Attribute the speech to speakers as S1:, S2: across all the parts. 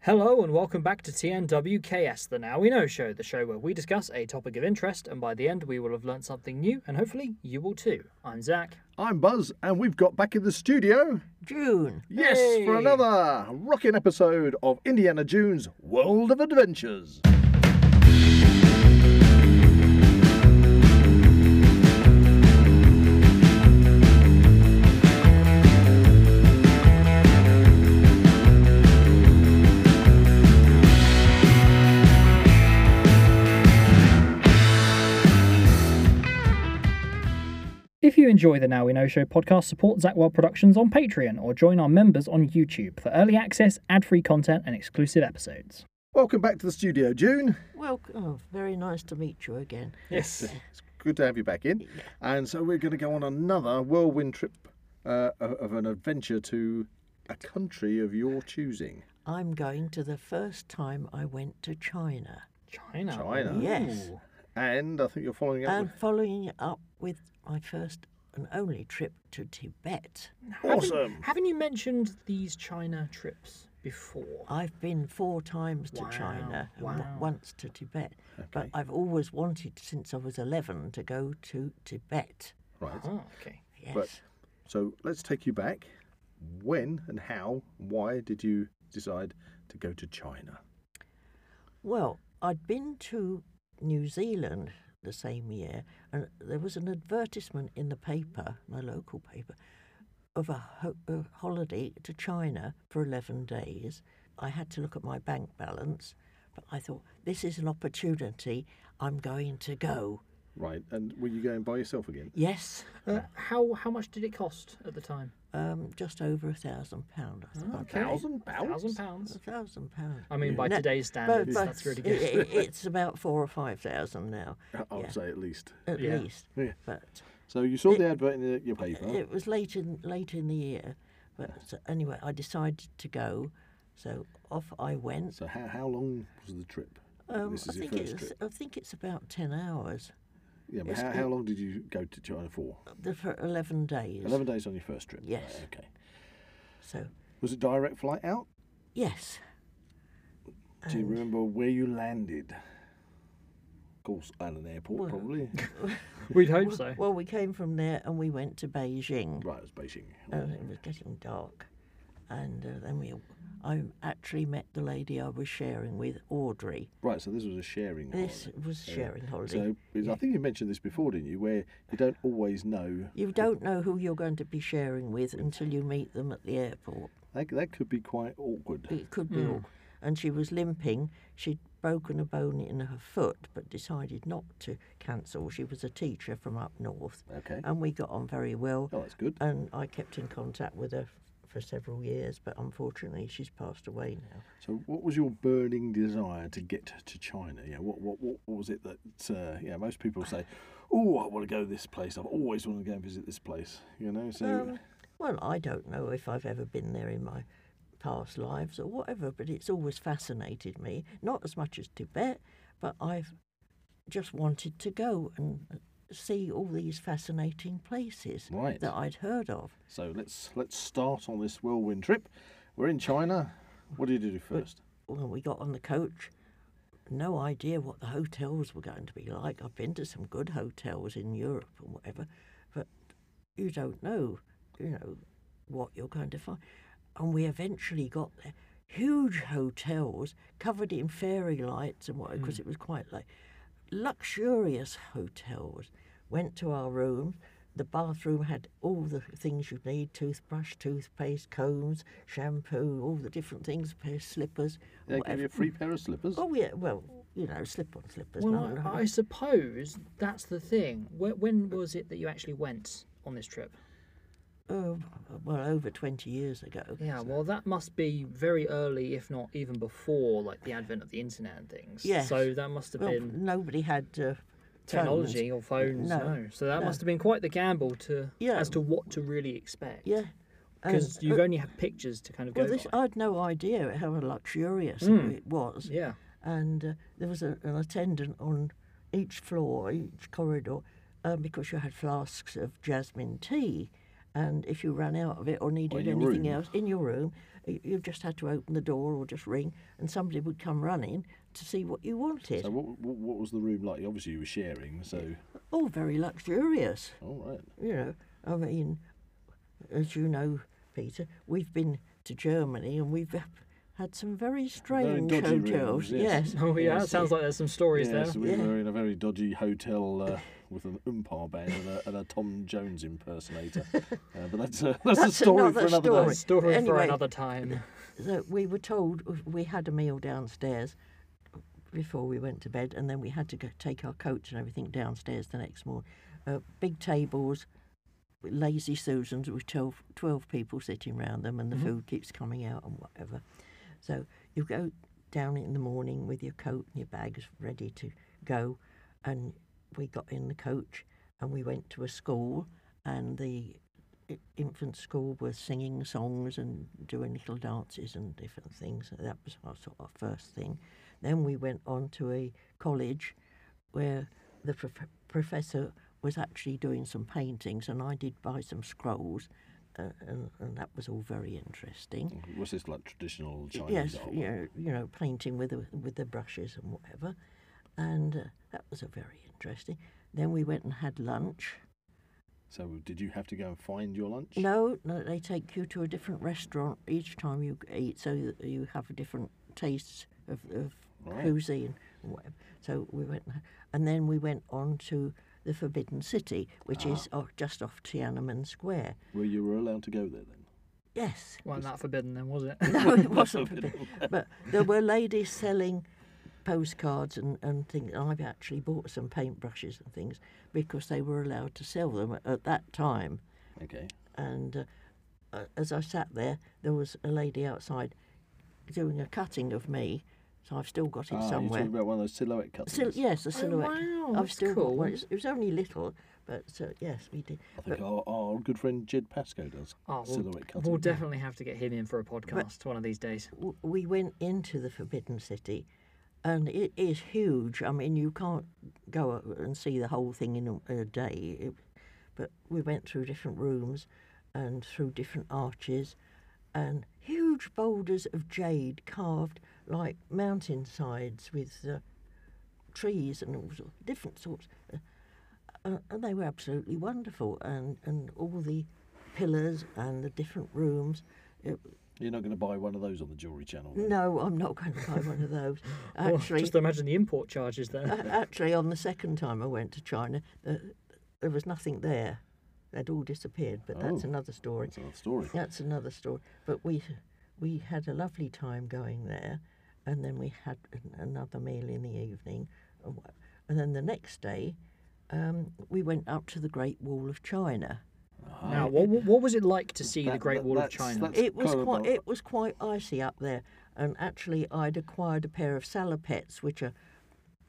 S1: Hello and welcome back to TNWKS, the Now We Know show, the show where we discuss a topic of interest, and by the end we will have learnt something new, and hopefully you will too. I'm Zach.
S2: I'm Buzz, and we've got back in the studio,
S3: June.
S2: yes, for
S1: Hey.
S2: another rocking episode of Indiana June's World of Adventures.
S1: If you enjoy the Now We Know show podcast, support Zach Wild Productions on Patreon or join our members on YouTube for early access, ad free content, and exclusive episodes.
S2: Welcome back to the studio, June.
S3: Well, oh, very nice to meet you again.
S1: Yes.
S2: It's good to have you back in. And so we're going to go on another whirlwind trip uh, of of an adventure to a country of your choosing.
S3: I'm going to the first time I went to China.
S1: China.
S2: China.
S3: Yes.
S1: Ooh.
S2: And I think you're following up.
S3: And following it up with my first and only trip to Tibet.
S2: with...
S1: Haven't,
S2: Awesome.
S1: haven't you mentioned these China trips before?
S3: I've been four times to
S1: Wow,
S3: China and
S1: wow.
S3: w- once to Tibet. But I've always wanted, since I was 11, to go to Tibet.
S2: Right.
S1: Ah, okay.
S3: Yes.
S2: But so let's take you back. When and how, why did you decide to go to China?
S3: Well, I'd been to New Zealand the same year, and there was an advertisement in the paper, my local paper, of a, ho- a holiday to China for 11 days. I had to look at my bank balance, but I thought, this is an opportunity. I'm going to go.
S2: Right. And were you going by yourself again?
S3: Yes,
S1: Uh, how how much did it cost at the time?
S3: um, just over a thousand pounds. I think.
S1: Okay.
S2: thousand pounds?
S1: Thousand
S3: A
S1: pounds.
S3: thousand pounds.
S1: I mean, by
S3: No,
S1: today's
S3: but-
S1: standards,
S3: but
S1: that's really
S3: it-
S1: good.
S3: it- it's about four or five thousand now,
S2: I would say at least.
S3: at
S1: Yeah.
S3: least.
S2: Yeah.
S3: But
S2: So you saw the advert in the- your paper.
S3: It was late in late in the year, but
S2: Oh.
S3: so anyway, I decided to go, so off I went.
S2: So how, how long was the trip?
S3: Um,
S2: this
S3: I
S2: is your
S3: think
S2: first
S3: it's
S2: trip.
S3: I think it's about ten hours.
S2: Yeah, but how, how long did you go to China for?
S3: The for eleven days.
S2: Eleven days on your first trip. Right,
S3: Yes.
S2: okay.
S3: So
S2: Was it direct flight out?
S3: yes,
S2: Do you
S3: Um,
S2: remember where you landed? Of course, at an airport, probably.
S1: We'd hope so.
S3: well we came from there and we went to Beijing.
S2: right, it was Beijing.
S3: And it was getting dark, and uh, then we I actually met the lady I was sharing with, Audrey.
S2: Right, so this was a sharing.
S3: This
S2: holiday.
S3: was sharing holiday.
S2: So because I think you mentioned this before, didn't you? Where you don't always know.
S3: you don't know who you're going to be sharing with until you meet them at the airport.
S2: That, that could be quite awkward.
S3: It could be awkward. And she was limping. She'd broken a bone in her foot, but decided not to cancel. She was a teacher from up north.
S2: Okay.
S3: And we got on very well.
S2: Oh, that's good.
S3: And I kept in contact with her for several years, but unfortunately, she's passed away now.
S2: So, what was your burning desire to get to China? Yeah, what what what, what was it that uh, yeah most people say, oh, I want to go to this place. I've always wanted to go and visit this place. You know, so
S3: Um, well, I don't know if I've ever been there in my past lives or whatever, but it's always fascinated me. Not as much as Tibet, but I've just wanted to go and see all these fascinating places
S2: Right.
S3: that I'd heard of.
S2: so let's let's start on this whirlwind trip. We're in China. What did you do first?
S3: Well, we got on the coach. No idea what the hotels were going to be like. I've been to some good hotels in Europe and whatever, but you don't know, you know, what you're going to find. And we eventually got there. Huge hotels covered in fairy lights and what,
S2: Hmm.
S3: because it was quite late. Luxurious hotels. Went to our room. The bathroom had all the things you need toothbrush, toothpaste, combs, shampoo, all the different things, a pair of slippers.
S2: They give
S3: whatever.
S2: you a free pair of slippers.
S3: Oh, yeah, well, you know, slip on slippers. no,
S1: Well,
S3: no.
S1: I, I suppose that's the thing. When, when was it that you actually went on this trip?
S3: Oh, well, over 20 years ago.
S1: Yeah, well, that must be very early, if not even before, like the advent of the internet and things.
S3: Yes.
S1: So that must have
S3: Well,
S1: been
S3: nobody had uh,
S1: technology or
S3: phones.
S1: phones. No.
S3: No,
S1: So that must have been quite the gamble to
S3: Yeah.
S1: as to what to really expect.
S3: Yeah. and- uh,
S1: Because you've only had pictures to kind of
S3: well,
S1: go
S3: this,
S1: by. Hmm.
S3: I'd no idea how luxurious it was.
S1: Yeah.
S3: And uh, there was a, an attendant on each floor, each corridor, um, because you had flasks of jasmine tea. And if you ran out of it or needed
S2: your
S3: anything
S2: room?
S3: else in your room, You- You just had to open the door or just ring, and somebody would come running to see what you wanted.
S2: So what, what what was the room like? Obviously you were sharing, so
S3: All Oh, very luxurious.
S2: all right.
S3: you know, I mean, as you know, Peter, we've been to Germany and we've had some very strange
S2: dodgy rooms,
S3: hotels.
S2: yes.
S3: yes.
S1: Oh yeah, that sounds like there's some stories
S2: Yeah,
S1: there.
S2: so we
S3: Yeah.
S2: were in a very dodgy hotel uh, with an umpire band and a, and a Tom Jones impersonator. uh, but that's a, that's, a
S3: That's
S2: story for
S3: another
S2: another
S1: A
S2: day.
S3: story.
S1: story for
S3: Anyway.
S1: another time.
S3: that we were told we had a meal downstairs before we went to bed, and then we had to go take our coats and everything downstairs the next morning. Uh, big tables, with lazy Susans with 12, 12 people sitting round them, and the food keeps coming out and whatever. So you go down in the morning with your coat and your bags ready to go, and we got in the coach and we went to a school, and the i- infant school were singing songs and doing little dances and different things. So that was our sort of first thing. Then we went on to a college where the prof- professor was actually doing some paintings, and I did buy some scrolls, uh, and, and that was all very interesting
S2: Was this like traditional Chinese
S3: yes,
S2: art?
S3: you know, you know, painting with the, with the brushes and whatever, and uh, that was a very interesting. Then we went and had lunch.
S2: So did you have to go and find your lunch?
S3: No, no, they take you to a different restaurant each time you eat, so that you have a different taste of, of
S2: Right.
S3: cuisine and whatever. So we went, and had- and then we went on to the Forbidden City, which is uh, just off Tiananmen Square.
S2: Well, you were allowed to go there then.
S3: Yes.
S1: Wasn't that forbidden then, was it?
S3: No, it wasn't forbidden. But there were ladies selling postcards and, and things. I've actually bought some paintbrushes and things because they were allowed to sell them at, at that time.
S2: Okay. Ah,
S3: And uh, uh, as I sat there, there was a lady outside doing a cutting of me. So I've still got it
S2: Ah, you're
S3: somewhere.
S2: talking about one of those silhouette cuttings.
S3: Sil- yes, a silhouette.
S1: Oh, wow,
S3: I've
S1: that's
S3: still got
S1: cool.
S3: one. It's- It was only little, but uh, yes, we did.
S2: I think our, our good friend Jed Pascoe does
S1: Oh, we'll,
S2: silhouette cutting.
S1: we'll definitely have to get him in for a podcast one of these days.
S3: w- we went into the Forbidden City, and it is huge. I mean, you can't go o- and see the whole thing in a, a day. It, but we went through different rooms and through different arches, and huge boulders of jade carved like mountainsides with uh, trees and all sorts, different sorts. Uh, and they were absolutely wonderful, and, and all the pillars and the different rooms. It,
S2: You're not going to buy one of those on the jewellery channel. then?
S3: no, I'm not going to buy one of those.
S1: Well,
S3: Actually,
S1: just imagine the import charges there.
S3: a- actually, on the second time I went to China, uh, there was nothing there. They'd all disappeared, but that's
S2: Oh.
S3: another story.
S2: That's another story.
S3: That's another story. But we we had a lovely time going there, and then we had an, another meal in the evening, and wha- and then the next day, um, we went up to the Great Wall of China. Uh,
S1: Now, what, what what was it like to see the
S2: That-
S1: Great
S2: that-
S1: Wall of
S2: that's-
S1: China?
S2: that's
S3: It was
S2: kind of
S3: quite
S2: a-
S3: it was quite icy up there, and actually I'd acquired a pair of salopettes, which are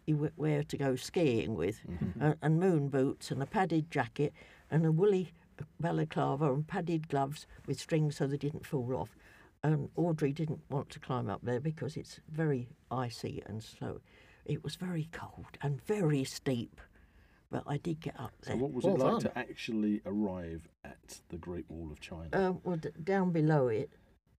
S3: you w- wear to go skiing with,
S2: Mm-hmm.
S3: and, and moon boots and a padded jacket and a woolly balaclava and padded gloves with strings so they didn't fall off. And Audrey didn't want to climb up there because it's very icy and slow. It was very cold and very steep, but I did get up there.
S2: So what was
S1: Well
S2: it like
S1: done.
S2: to actually arrive at the Great Wall of China?
S3: Um, well, d- down below it,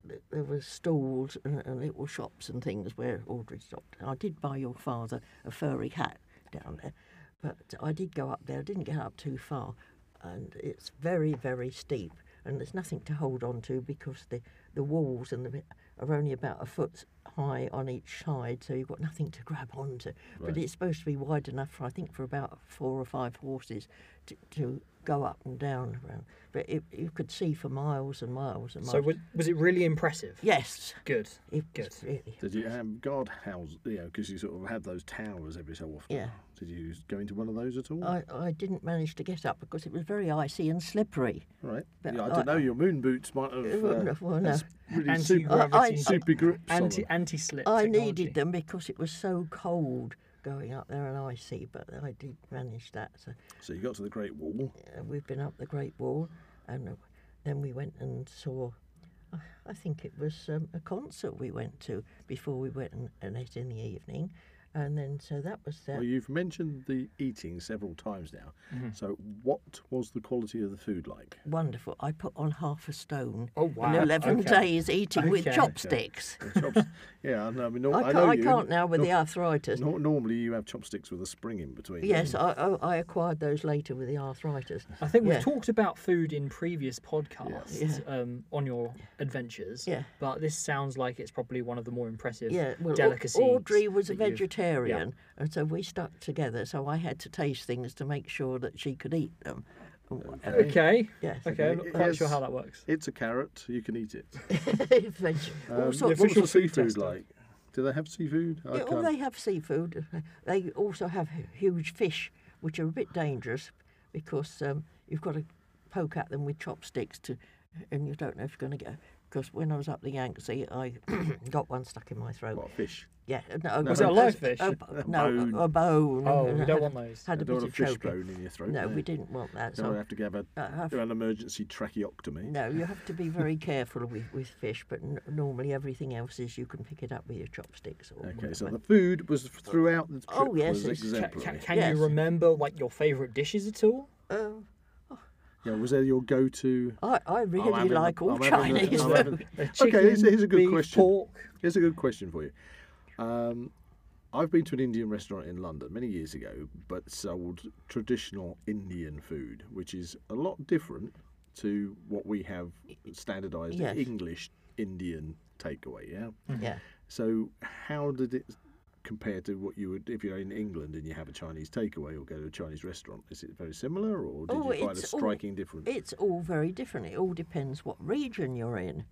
S3: th- there was stalls and, and little shops and things where Audrey stopped. I did buy your father a furry hat down there, but I did go up there. I didn't get up too far, and it's very, very steep, and there's nothing to hold on to because the, the walls and the bit are only about a foot high on each side, so you've got nothing to grab onto. But it's supposed to be wide enough for I think for about four or five horses to, to go up and down around. But it, you could see for miles and miles and miles.
S1: So was, was it really impressive?
S3: yes,
S1: Good.
S3: it
S1: Good.
S3: was really.
S2: Did you have guard house? You know, because you sort of have those towers every so often.
S3: Yeah.
S2: Did you go into one of those at all?
S3: I, I didn't manage to get up because it was very icy and slippery.
S2: right.
S3: but
S2: yeah, I
S3: I-
S2: don't know. Your moon boots might have.
S3: It wouldn't
S2: Uh,
S3: have- well, no.
S2: that's really
S1: Anti
S2: super,
S1: gravity.
S2: super grips. on
S1: Anti
S2: them.
S1: anti slip.
S3: uh, I needed them because it was so cold going up there and icy, but I did manage that. So
S2: So you got to the Great Wall.
S3: uh, we've been up the Great Wall, and uh, then we went and saw. I- I think it was um, a concert we went to before we went and, and ate in the evening, And then so that was that.
S2: Well, you've mentioned the eating several times now. So, what was the quality of the food like?
S3: Wonderful. I put on half a stone
S1: Oh, wow.
S3: in 11
S1: Okay.
S3: days eating with
S1: Okay.
S3: chopsticks.
S2: The chops- yeah, I know. I, mean, nor-
S3: I,
S2: I
S3: can't,
S2: know
S3: I
S2: you.
S3: can't now with
S2: nor-
S3: the arthritis.
S2: nor- normally, you have chopsticks with a spring in between. don't
S3: Yes, I,
S1: Mm.
S3: I, I acquired those later with the arthritis.
S1: I think we've
S3: Yeah.
S1: talked about food in previous podcasts
S3: Yeah.
S1: Um, on your adventures.
S3: Yeah.
S1: But this sounds like it's probably one of the more impressive
S3: Yeah, well, Au-
S1: delicacies.
S3: Audrey was a
S1: that you've-
S3: vegetarian, and so we stuck together. So I had to taste things to make sure that she could eat them. and whatever.
S1: Okay.
S3: Yes,
S1: Okay, I'm not
S2: It
S1: quite sure
S2: is-
S1: how that works.
S2: you? It's a carrot. You can eat it.
S3: Veg- all
S2: Um,
S3: sorts-
S2: what was
S1: official food
S2: the seafood
S1: tester.
S2: like? Do they have seafood? I
S3: Yeah,
S2: can't.
S3: well, they have seafood. They also have hu- huge fish, which are a bit dangerous because um, you've got to poke at them with chopsticks to, and you don't know if you're going to get. Because when I was up the Yangtze, I got one stuck in my throat.
S2: What, fish?
S3: Yeah, uh, no,
S1: Was it a live fish?
S3: A,
S2: A
S3: no,
S2: bone.
S3: a, a bone.
S1: Oh,
S3: and
S1: we
S3: I
S1: don't
S3: had-
S1: want those.
S3: Had
S2: I
S3: a
S2: don't
S3: bit
S2: want a
S3: of
S2: fish
S3: choking.
S2: bone in your throat.
S3: No, we
S2: yeah.
S3: didn't want that.
S2: Don't
S3: So
S2: have to have a,
S3: I have-
S2: an emergency tracheotomy.
S3: no, you have to be very careful with, with fish. But n- normally everything else is you can pick it up with your chopsticks. Or
S2: Okay, so
S3: whatever.
S2: the food was throughout the trip
S3: Oh, yes,
S2: was
S3: it's- Ca-
S1: Ca-
S2: exemplary.
S1: ca- can
S3: Yes.
S1: you remember like your favourite dishes at all?
S3: Um,
S2: Yeah, was there your go-to?
S3: I, I
S2: I'm
S3: really
S2: having the-
S3: like all
S2: I'm having the-
S3: Chinese
S2: I'm having-
S3: food.
S2: okay, here's,
S1: Chicken,
S2: here's a good
S1: beef,
S2: question.
S1: Pork.
S2: Here's a good question for you. Um, I've been to an Indian restaurant in London many years ago, but sold traditional Indian food, which is a lot different to what we have standardised
S3: Yes.
S2: English Indian takeaway. Yeah.
S3: Yeah.
S2: So how did it compare to what you would if you're in England and you have a Chinese takeaway or go to a Chinese restaurant? Is it very similar, or did
S3: Oh,
S2: you find a
S3: it's all-
S2: striking difference?
S3: It's all very different. It all depends what region you're in.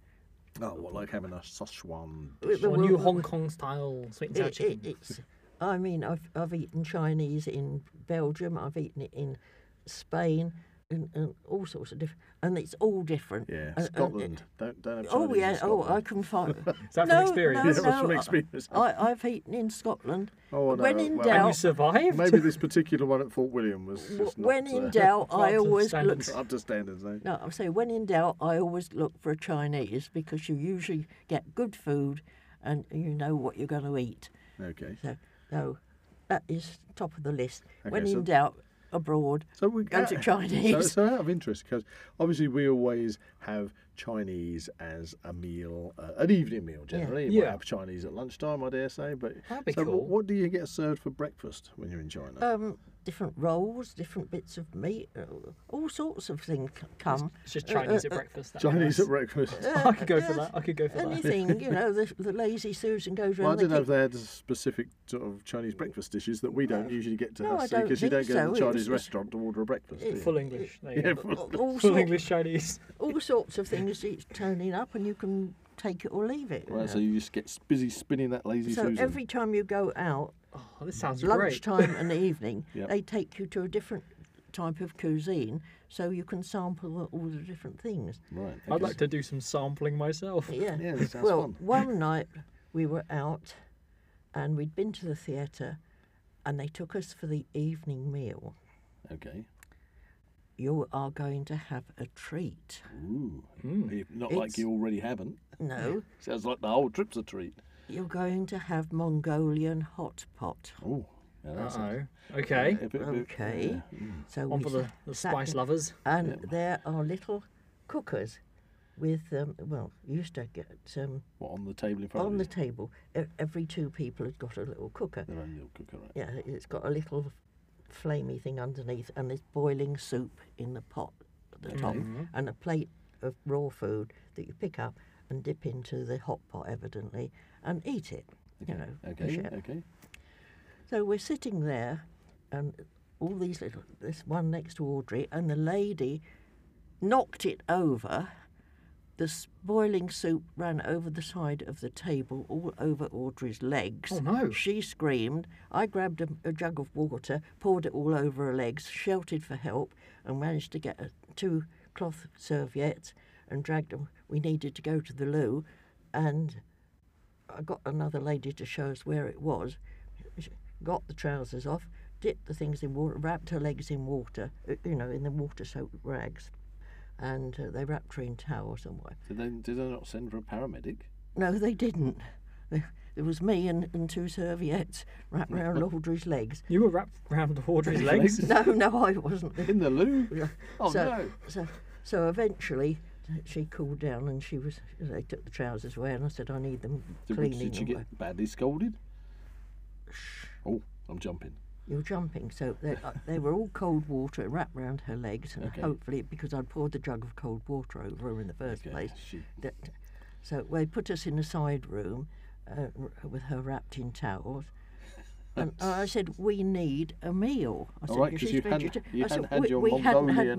S2: Oh, what like having a Sichuan?
S3: Well,
S1: Or
S3: well,
S1: new
S3: well,
S1: Hong Kong style sweet and sour
S3: it, it,
S1: chicken.
S3: it's, I mean, I've, I've eaten Chinese in Belgium, I've eaten it in Spain, and, and all sorts of different. And it's all different.
S2: Yeah,
S3: And- and it-
S2: Scotland. don't don't have Chinese
S3: Uh, Oh
S2: in
S3: yeah! Oh, I
S2: Scotland.
S3: couldn't find. Is
S1: from
S3: no,
S1: experience?
S3: No,
S1: Yeah,
S2: that was
S3: no,
S2: from
S3: I-
S2: experience.
S3: I, I've eaten in Scotland.
S2: Oh, no,
S3: when in
S2: well-
S1: and
S3: doubt,
S1: you survived?
S2: Maybe this particular one at Fort William was
S3: w-
S2: just not,
S3: when in
S2: uh,
S3: doubt,
S1: up
S3: I
S1: to
S3: always look
S1: standards.
S2: up to standards. No?
S3: No, I'm saying when in doubt, I always look for a Chinese because you usually get good food and you know what you're going to eat.
S2: Okay.
S3: So, no, that is top of the list. when
S2: Okay, so-
S3: in doubt, abroad,
S2: So we
S3: go to
S2: uh, So,
S3: Chinese.
S2: so out of interest, because obviously we always have Chinese as a meal, uh, an evening meal generally. We
S1: Yeah.
S2: have Chinese at lunchtime, I dare say. But
S1: That'd be
S2: so
S1: cool.
S2: what, what do you get served for breakfast when you're in China?
S3: um, different rolls, different bits of meat, uh, all sorts of things c- come.
S1: It's just Chinese at breakfast. that'd be nice.
S2: Chinese at
S3: Uh,
S2: breakfast.
S1: I could go for that. I could go for that.
S3: Anything, you know, the, the lazy Susan goes
S2: Well, I
S3: around
S2: don't know
S3: the
S2: if they had specific sort of Chinese breakfast dishes that we don't usually get to
S3: No,
S2: have,
S3: I
S2: see,
S3: don't
S2: you don't
S3: think
S2: go
S3: so.
S2: to a
S3: It was
S2: Chinese
S3: just-
S2: restaurant to order a breakfast. do you?
S1: Full English. There you
S2: Yeah,
S1: go.
S2: full-
S3: kitchen. all,
S1: Full
S3: sort-
S1: English Chinese.
S3: all sorts of things that's turning up, and you can take it or leave it. you
S2: Right,
S3: know.
S2: so you just get busy spinning that lazy
S3: so
S2: Susan.
S3: every time you go out,
S1: Oh, this sounds great.
S3: lunchtime and evening,
S2: Yep.
S3: they take you to a different type of cuisine so you can sample the- all the different things.
S2: Right.
S1: I'd
S2: okay.
S1: like to do some sampling myself.
S3: Yeah.
S2: Yeah, that sounds
S3: well,
S2: fun.
S3: one night we were out and we'd been to the theatre and they took us for the evening meal.
S2: Okay.
S3: You are going to have a treat.
S2: Ooh.
S1: Hmm.
S2: If- Not like
S3: It's-
S2: you already haven't.
S3: No,
S2: Sounds like the whole trip's a treat.
S3: you're going to have Mongolian hot pot.
S2: Oh. Yeah,
S1: Uh
S2: that sounds-
S1: oh. Okay.
S2: a bit- a bit-
S3: Okay. So
S1: One
S3: we
S1: for the,
S3: sat-
S1: the
S3: sat
S1: spice lovers.
S3: and there are little cookers with um, well used to get um,
S2: What, on the table in front
S3: on the
S2: of
S3: table e- every two people had got a little cooker
S2: you? Their own little cooker, right?
S3: yeah it's got a little flamey thing underneath and there's boiling soup in the pot at the top
S2: Mm-hmm.
S3: and a plate of raw food that you pick up and dip into the hot pot evidently and eat it you know you
S2: Okay,
S3: share.
S2: okay.
S3: So we're sitting there, and all these little, this one next to Audrey, and the lady knocked it over. The boiling soup ran over the side of the table, all over Audrey's legs.
S1: Oh, no.
S3: She screamed. I grabbed a, a jug of water, poured it all over her legs, shouted for help, and managed to get a, two cloth serviettes and dragged them. We needed to go to the loo, and I got another lady to show us where it was. She got the trousers off, dipped the things in water, wrapped her legs in water, uh, you know, in the water soaked rags, and uh, they wrapped her in towels and what.
S2: Did they, did they not send for a paramedic?
S3: No, they didn't. They- There was me and, and two serviettes wrapped round Aldridge's legs.
S1: You were wrapped round Audrey's legs.
S3: No, no, I wasn't.
S2: In the loo?
S3: Yeah.
S2: Oh,
S3: so,
S2: no.
S3: So, so eventually she cooled down and she was. They took the trousers away and I said, I need them
S2: Did, we-
S3: cleaning.
S2: did you
S3: away."
S2: get badly scolded? Oh, I'm jumping.
S3: You're jumping. So they, uh, they were all cold water wrapped round her legs, and
S2: Okay.
S3: hopefully, because I'd poured the jug of cold water over her in the first
S2: Okay,
S3: place.
S2: she-
S3: That, so they put us in a side room uh, r- with her wrapped in towels. And I said, "We need a meal." I said,
S2: right, 'cause
S3: "She's
S2: you hadn't-
S3: vegetarian."
S2: you
S3: I said,
S2: hadn't had
S3: "We-
S2: your
S3: we hadn't had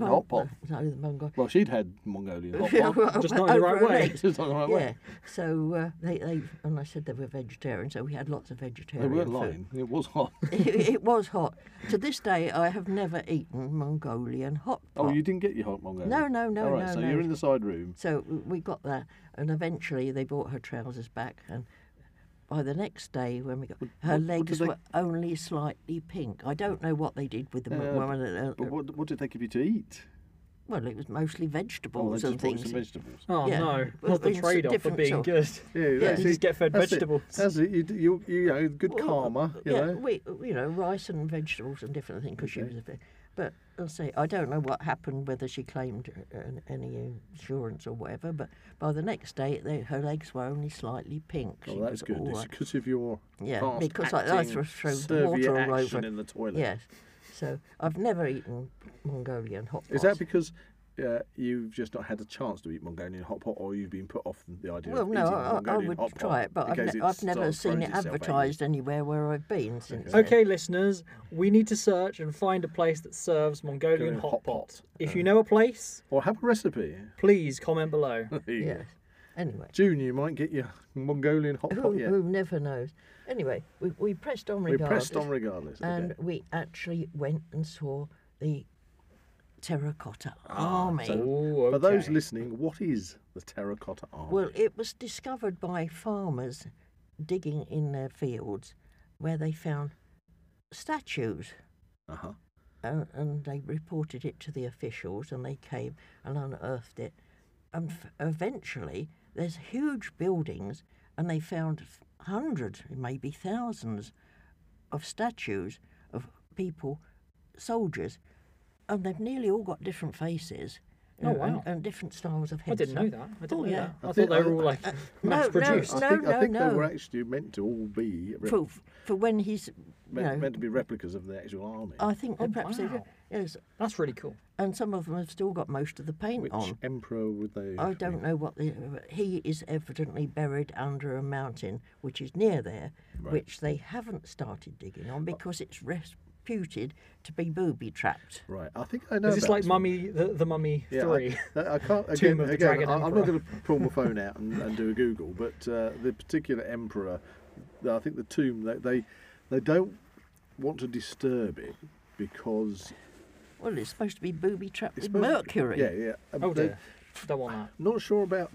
S2: Mongolian
S3: Mong-
S2: hot pot."
S3: No, the Mongolian.
S2: Well, she'd had Mongolian hot pot.
S1: Just not in the
S3: Over
S1: right
S3: her
S1: way.
S3: legs.
S2: Just not in the right
S3: yeah.
S2: way.
S3: So uh, they, they and I said they were vegetarian, so we had lots of
S2: They
S3: vegetarian.
S2: weren't
S3: food.
S2: lying. It was hot.
S3: it, it was hot. To this day, I have never eaten Mongolian hot pot.
S2: Oh, you didn't get your hot Mongolian?
S3: No, no, no,
S2: All right,
S3: no,
S2: so
S3: no.
S2: you're in the side room.
S3: So w- we got that, and eventually they brought her trousers back. And by the next day, when we got her
S2: what- what did
S3: legs
S2: they-
S3: were only slightly pink. I don't know what they did with them.
S2: Yeah,
S3: well,
S2: Uh, But what, what did they give you to eat?
S3: uh, well, it was mostly
S2: Oh, they
S3: vegetables
S2: just
S3: and
S2: brought
S3: things.
S2: some vegetables.
S1: Oh
S3: Yeah.
S1: no,
S3: Well,
S1: not the
S3: it's a
S1: trade off for
S3: different
S1: being
S3: sort.
S1: good.
S2: Yeah,
S1: You just get fed
S2: That's it.
S1: vegetables.
S2: That's it. You, d- you, you know, good
S3: Well,
S2: karma. You
S3: yeah,
S2: know.
S3: we you know rice and vegetables and different things because she was a bit. But I say I don't know what happened whether she claimed uh, an- any insurance or whatever. But by the next day, they, her legs were only slightly pink. She
S2: Oh, that's
S3: was
S2: good.
S3: all
S2: It's
S3: right.
S2: because of your
S3: Yeah,
S2: fast
S3: because I- I
S2: acting
S3: threw- threw the
S2: Serviette
S3: water all
S2: action
S3: over.
S2: in the toilet.
S3: Yes. So I've never eaten Mongolian hot
S2: Is
S3: pots.
S2: that because uh, you've just not had a chance to eat Mongolian hot pot, or you've been put off the idea
S3: well,
S2: of
S3: no,
S2: eating
S3: I, I
S2: Mongolian
S3: would
S2: hot pot
S3: try it, but I've,
S2: because
S3: ne-
S2: it's
S3: I've never
S2: sort of
S3: seen
S2: thrown
S3: it
S2: itself at you?
S3: advertised anywhere where I've been since. then.
S1: Okay, listeners, we need to search and find a place that serves Mongolian
S2: Mongolian hot Uh.
S1: hot pot. If you know a place,
S2: Or have a recipe.
S1: please comment below.
S2: There you go.
S3: Yes. Anyway.
S2: June, you might get your Mongolian hot pot
S3: Who,
S2: yet.
S3: who never knows? Anyway, we, we pressed on
S2: We pressed
S3: regardless.
S2: on regardless.
S3: and
S2: Okay.
S3: we actually went and saw the terracotta
S2: Ah,
S3: army.
S1: Oh,
S2: For those
S1: okay.
S2: listening, what is the terracotta army?
S3: well, it was discovered by farmers digging in their fields where they found statues.
S2: uh-huh.
S3: And, and they reported it to the officials, and they came and unearthed it. And f- eventually, there's huge buildings, and they found f- hundreds, maybe thousands, of statues of people, soldiers, and they've nearly all got different faces. you
S1: Oh,
S3: know, and-
S1: wow.
S3: And, different styles of
S1: I
S3: heads.
S1: didn't know that. I didn't
S3: Oh,
S1: know
S3: yeah.
S1: that. I,
S2: I
S1: thought
S2: think-
S1: they were all
S2: I-
S1: like
S3: no,
S1: mass produced.
S2: I
S3: No,
S2: think, I
S3: no,
S2: think they
S3: no.
S2: were actually meant to all be re-
S3: For, for when he's, you
S2: meant,
S3: know,
S2: meant to be replicas of the actual army.
S3: I think
S1: Oh,
S3: perhaps they
S1: wow.
S3: did. Yes,
S1: That's really cool.
S3: and some of them have still got most of the paint
S2: Which
S3: on.
S2: emperor would they?
S3: I don't know what the. He is evidently buried under a mountain which is near there, which they haven't started digging on because it's reputed to be booby trapped.
S2: Right, I think I know.
S1: Is this
S2: about
S1: like
S2: this one.
S1: Mummy, the, the Mummy
S2: Yeah, I-
S1: Three?
S2: I, I can't. Again,
S1: Tomb of the
S2: again,
S1: Dragon
S2: I, I'm not
S1: Emperor.
S2: going to pull my phone out and, and do a Google, but uh, the particular emperor, I think the tomb they, they they don't want to disturb it because
S3: Well, it's supposed to be booby trapped with
S2: supposed-
S3: mercury.
S2: yeah, yeah. Um,
S1: Oh
S2: they-
S1: dear, don't want that.
S2: Not sure about.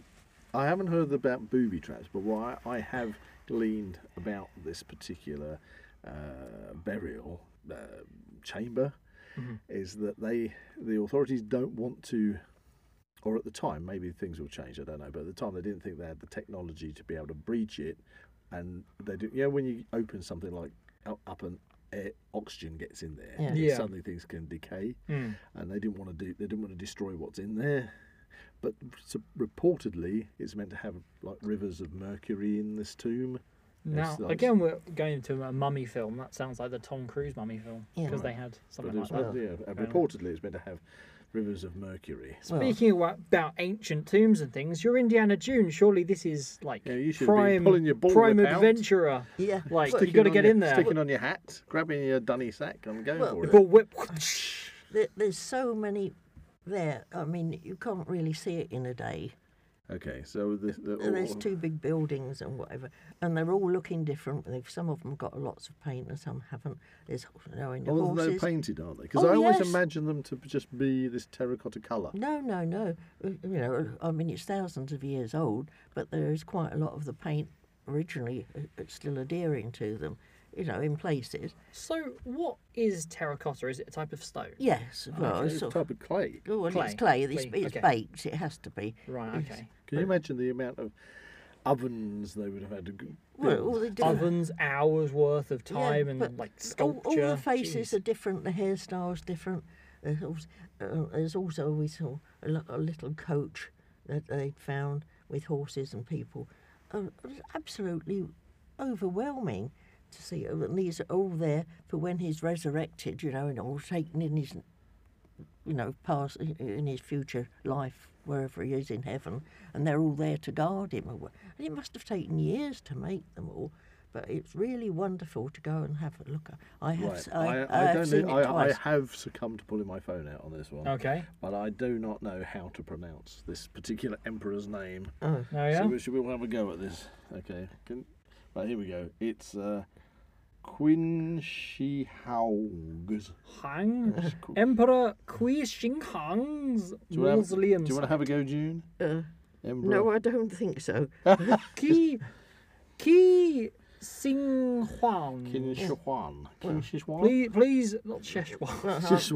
S2: I haven't heard about booby traps, but why I have gleaned about this particular uh, burial uh, chamber is that they, the authorities, don't want to, or at the time, maybe things will change. I don't know, but at the time they didn't think they had the technology to be able to breach it, and they do. You know, when you open something like up, up and air, oxygen gets in there,
S3: Yeah.
S2: and
S1: Yeah.
S2: suddenly things can decay,
S1: Hmm.
S2: and they didn't want to do. They didn't want to destroy what's in there. But so reportedly, it's meant to have like rivers of mercury in this tomb.
S1: Now
S2: It's like-
S1: again, we're going to a mummy film. That sounds like the Tom Cruise mummy film
S3: Yeah.
S1: because they had
S2: But
S3: Oh,
S1: something like
S2: it's
S1: that.
S2: meant, yeah, and reportedly, it's meant to have rivers of mercury.
S3: Well-
S1: Speaking about, about ancient tombs and things, you're Indiana Jones. Surely this is like
S2: Yeah, you should be
S1: prime,
S2: pulling your ball
S1: prime
S2: whip out.
S1: adventurer.
S3: Yeah.
S1: Like
S3: Well,
S1: you got to
S2: Sticking
S1: get in
S2: on your-
S1: there.
S2: Sticking on your hat, grabbing your dunny sack, I'm going
S3: Well-
S2: for
S1: The
S2: it.
S1: ball whip.
S3: There, there's so many there. I mean, you can't really see it in a day.
S2: Okay, so this, the,
S3: And there's
S2: oh,
S3: two big buildings and whatever, and they're all looking different. They've, some of them got lots of paint and some haven't. There's no in
S2: oh, they're
S3: horses.
S2: painted, aren't they? Because
S3: Oh,
S2: I always
S3: yes.
S2: imagine them to just be this terracotta colour.
S3: No, no, no. Uh, You know, I mean, it's thousands of years old, but there is quite a lot of the paint originally uh, uh, still adhering to them, you know, in places.
S1: So what is terracotta? Is it a type of stone?
S3: Yes,
S1: Ah,
S3: well,
S2: It's
S3: it's
S2: a
S3: sort of,
S2: type of clay.
S3: oh, well,
S1: clay,
S3: it's clay. It's,
S1: clay,
S3: it's
S1: okay.
S3: baked. It has to be.
S1: Right. Okay.
S2: Can you imagine the amount of ovens they would have had to g-
S3: Well, all they do
S1: Ovens, hours worth of
S3: Yeah,
S1: time,
S3: but
S1: and like
S3: all-
S1: sculpture.
S3: All, the faces
S1: Jeez.
S3: are different. The hairstyles different. There's also, uh, there's also we saw a, lo- a little coach that they'd found with horses and people. Uh, it was absolutely overwhelming to see. Oh, And these are all there for when he's resurrected, you know, and all taken in his, you know, past in his future life, wherever he is in heaven, and they're all there to guard him. or wha- And it must have taken years to make them all. But it's really wonderful to go and have a look. I have, s-
S2: Right.
S3: I,
S2: I,
S3: I
S2: I,
S3: have
S2: don't
S3: seen
S2: know, I,
S3: it
S2: I
S3: twice.
S2: have succumbed to pulling my phone out on this one.
S1: Okay.
S2: But I do not know how to pronounce this particular emperor's name.
S3: Oh,
S1: Oh yeah.
S2: So we should we all have a go at this? Okay. Can, right, here we go. It's uh, Qin Shi Haogs.
S1: Hang.
S2: That's cool.
S1: Emperor Kui Xinghang's
S2: Do you, wanna have, do
S1: mausoleum.
S2: you want to have a go, June?
S3: uh,
S2: Emperor.
S3: no, I don't think so.
S1: Qi Qi Xinghuang.
S2: Qin Shi Huang. Qin Shi Huang?
S1: Please, please, not
S3: uh,
S1: Sichuan.
S2: Shi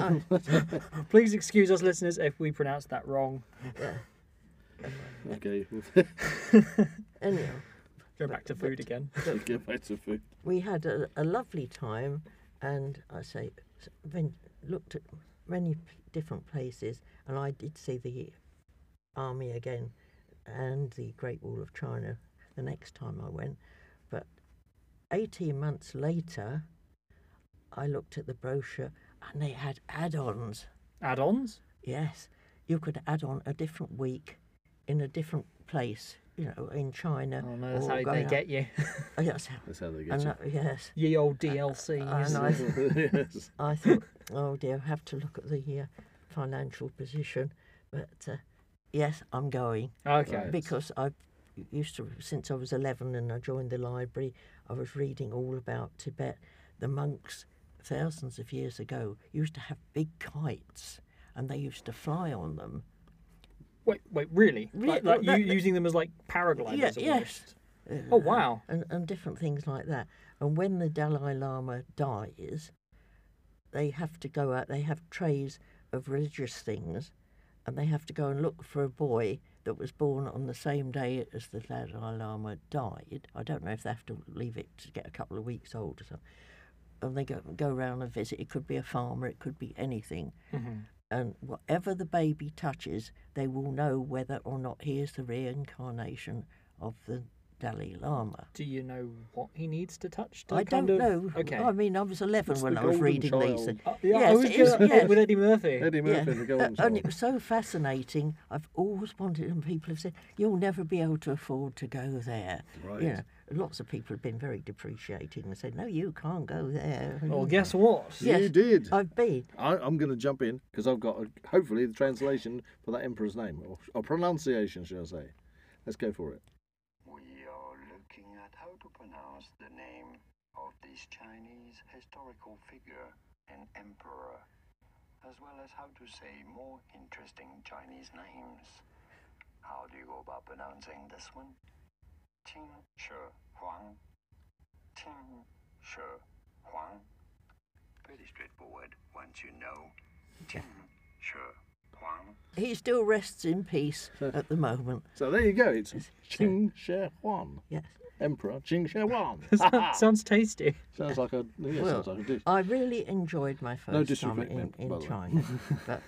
S2: Huang.
S1: Please excuse us, listeners, if we pronounce that wrong.
S2: Okay.
S3: Anyhow,
S1: Go back to food again.
S2: Go back to food.
S3: we had a, a lovely time, and I say, s- ven- looked at many p- different places, and I did see the army again and the Great Wall of China the next time I went. But 18 months later, I looked at the brochure and they had add ons.
S1: Add ons?
S3: Yes, you could add on a different week in a different place, you know, in China.
S1: Oh no, that's
S3: or
S1: how they
S3: going up-
S1: get you.
S3: Oh, yes,
S2: That's how they get
S3: and
S2: you.
S3: that- yes.
S1: Ye old DLCs.
S2: uh,
S3: And I,
S2: yes.
S3: I thought, oh dear, I have to look at the uh, financial position. But uh, yes, I'm going
S1: Okay.
S3: because I used to, since I was 11 and I joined the library, I was reading all about Tibet. The monks, thousands of years ago, used to have big kites and they used to fly on them.
S1: Wait, wait, really?
S3: Yeah,
S1: Like,
S3: well,
S1: like
S3: that-
S1: you using them as like paragliders?
S3: Yeah,
S1: almost?
S3: yes. Uh,
S1: Oh wow.
S3: and, and different things like that. And when the Dalai Lama dies, they have to go out, they have trays of religious things, and they have to go and look for a boy that was born on the same day as the Dalai Lama died. I don't know if they have to leave it to get a couple of weeks old or something. And they go, go around and visit. It could be a farmer, it could be anything. And whatever the baby touches, they will know whether or not he is the reincarnation of the Dalai Lama.
S1: Do you know what he needs to touch? To
S3: I
S1: kind
S3: don't
S1: of...
S3: know.
S1: Okay.
S3: I mean, I was 11
S2: It's
S3: when
S2: the
S3: I was
S2: golden
S3: reading
S2: child.
S3: these things.
S1: Uh, yeah, I
S3: Yes,
S1: was
S3: it is,
S1: gonna-
S3: yes.
S1: with Eddie Murphy.
S2: Eddie
S3: Yeah.
S2: Murphy, the
S3: Uh,
S2: golden
S3: and
S2: child.
S3: it was so fascinating. I've always wanted, and people have said, "You'll never be able to afford to go there."
S2: Right.
S3: You know, lots of people have been very depreciating and said, "No, you can't go there."
S1: Well, guess what?
S3: yes,
S2: You did.
S3: I've been.
S2: I, I'm going to jump in because I've got a, hopefully the translation for that emperor's name or, or pronunciation, shall I say? Let's go for it.
S4: We are looking at how to pronounce the name of this Chinese historical figure and emperor, as well as how to say more interesting Chinese names. How do you go about pronouncing this one? Qin Shi Huang. Qin Shi Huang. Pretty straightforward once you know. Qin Shi Huang.
S3: He still rests in peace at the moment.
S2: So there you go. It's Qing Shi Huang,
S3: Yes.
S2: Emperor Qing Shi Huang.
S1: Sounds tasty.
S2: sounds like a yeah,
S3: Well,
S2: sounds like a dish.
S3: I really enjoyed my first
S2: No
S3: time
S2: disrespect
S3: in,
S2: meant, by
S3: in
S2: the way.
S3: China, but